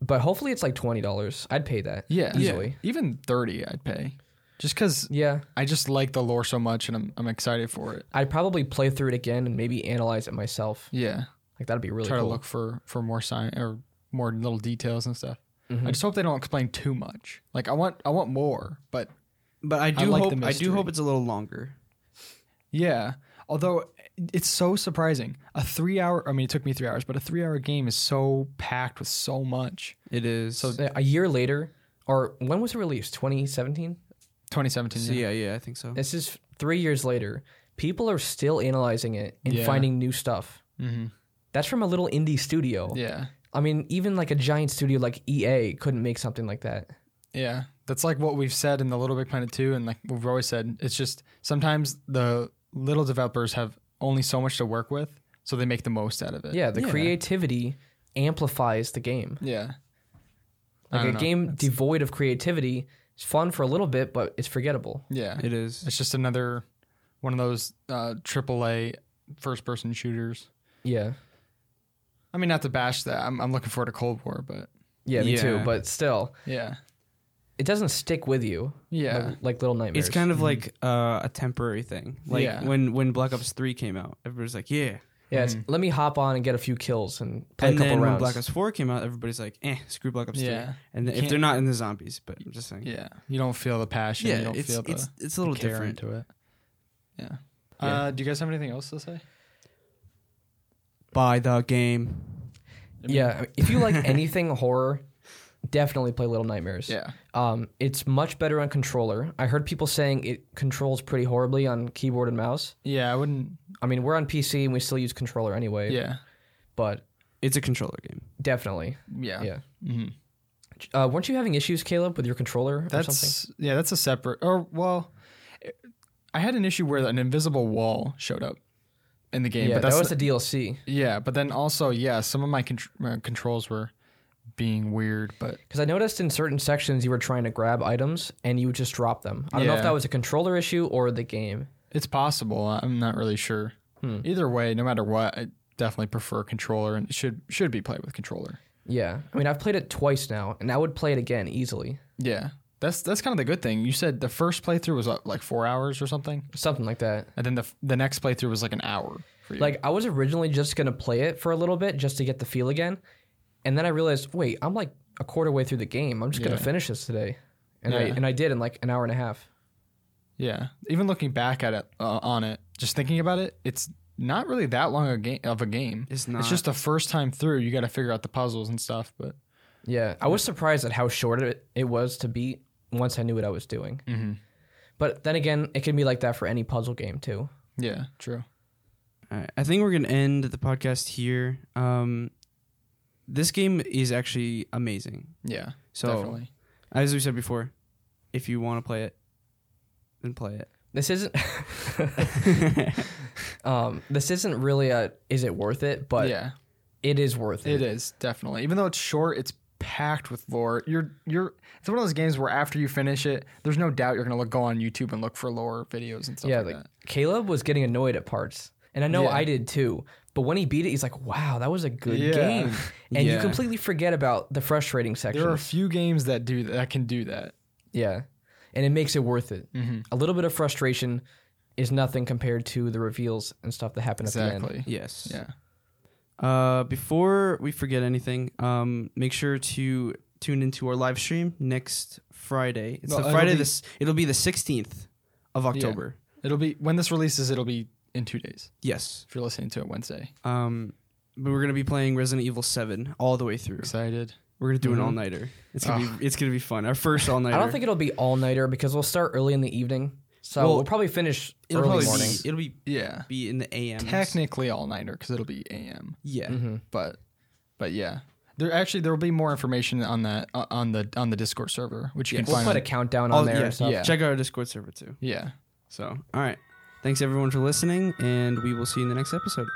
but hopefully it's like twenty dollars. I'd pay that. Yeah, Easily. Even thirty, I'd pay, just because Yeah. I just like the lore so much and I'm I'm excited for it. I'd probably play through it again and maybe analyze it myself. Yeah, Like that'd be really try cool. to look for for more sign or more little details and stuff. Mm-hmm. I just hope they don't explain too much. Like I want I want more, but But I do like the hope I do mystery. hope it's a little longer. Yeah. Although it's so surprising. A three hour, I mean, it took me three hours, but a three hour game is so packed with so much. It is. So, A year later, or when was it released? 2017? 2017. yeah. yeah, yeah, I think so. This is three years later. People are still analyzing it and Yeah. finding new stuff. Mm-hmm. That's from a little indie studio. Yeah. I mean, even like a giant studio like EA couldn't make something like that. Yeah. That's like what we've said in the Little Big Planet 2 and like we've always said it's just sometimes the little developers have only so much to work with, so they make the most out of it. Yeah, the Yeah. creativity amplifies the game. Yeah. I Like a don't know. game devoid of creativity is fun for a little bit, but it's forgettable. Yeah. It is. It's just another one of those uh, AAA first person shooters. Yeah. I mean, not to bash that. I'm, I'm looking forward to Cold War, but Yeah, me too. Yeah. But still, yeah. it doesn't stick with you. Yeah. Like, like Little Nightmares. It's kind of like uh, a temporary thing. Like Yeah. when when Black Ops Three came out, everybody's like, yeah. yeah. It's, let me hop on and get a few kills and play Mm-hmm. and a couple then when rounds. Black Ops Four came out, everybody's like, eh, screw Black Ops Yeah. Three. And then, if Can't- they're not in the zombies, but I'm just saying. Yeah. You don't feel the passion. Yeah, you don't it's feel the, it's it's a little care different. into it. Yeah. Uh, do you guys have anything else to say? Buy the game. yeah. If you like anything horror, definitely play Little Nightmares. Yeah. Um, it's much better on controller. I heard people saying it controls pretty horribly on keyboard and mouse. Yeah, I wouldn't. I mean, we're on PC and we still use controller anyway. Yeah. But It's a controller game. definitely. Yeah. Yeah. Mm-hmm. Uh, weren't you having issues, Caleb, with your controller or something? That's yeah, that's a separate. Or well, it- I had an issue where an invisible wall showed up in the game. Yeah, but that that's was the DLC. yeah, but then also yeah, some of my, contr my controls were being weird, but Because I noticed in certain sections you were trying to grab items and you would just drop them. I don't know if Yeah. that was a controller issue or the game. it's possible. I'm not really sure. Hmm. Either way, no matter what, I definitely prefer controller and it should should be played with controller. Yeah. I mean, I've played it twice now and I would play it again easily. Yeah. That's that's kind of the good thing. You said the first playthrough was uh, like 4 hours or something, Something like that. and then the f- the next playthrough was like an hour for you. Like, I was originally just going to play it for a little bit just to get the feel again. And then I realized, wait, I'm like a quarter way through the game. I'm just going Yeah. to finish this today. And, I, Yeah. and I did in like an hour and a half. Yeah, even looking back at it uh, on it, just thinking about it, it's not really that long a game of a game. It's not. It's just the first time through. You got to figure out the puzzles and stuff. But Yeah, I was surprised at how short it, it was to beat once I knew what I was doing. Mm-hmm. But then again, it can be like that for any puzzle game too. yeah, true. All right. I think we're gonna end the podcast here. Um, this game is actually amazing. Yeah, So definitely. as we said before, if you want to play it, then play it. This isn't um, this isn't really a is it worth it, but yeah, it is worth it. it is definitely. Even though it's short, it's packed with lore. You're you're. It's one of those games where after you finish it, there's no doubt you're gonna look go on YouTube and look for lore videos and stuff. yeah, like, like that. Caleb was getting annoyed at parts, and I know Yeah. I did too. But when he beat it, he's like, "Wow, that was a good Yeah. game," and you Yeah. completely forget about the frustrating There section. are a few games that do that can do that. Yeah. And it makes it worth it. A little bit of frustration is nothing compared to the reveals and stuff that happen at the end. Exactly. yes. Yeah. Uh, before we forget anything, um, make sure to tune into our live stream next Friday. It's Well, the it'll Friday be- this. It'll be the sixteenth of October. It'll be when this releases. It'll be in two days. Yes. If you're listening to it Wednesday, Um, but we're gonna be playing Resident Evil Seven all the way through. excited. We're gonna do Mm-hmm. an all nighter. It's gonna Ah. be it's gonna be fun. Our first all nighter. I don't think it'll be all nighter because we'll start early in the evening. So Well, we'll probably finish it'll early probably morning. be it'll be Yeah. be in the AM. Technically all nighter because it'll be AM. Yeah. Mm-hmm. But but yeah, there actually there will be more information on that uh, on the on the Discord server, which you can We'll find. put on- a countdown All- on there yeah, and stuff. yeah. Check out our Discord server too. yeah. So all right. Thanks everyone for listening, and we will see you in the next episode.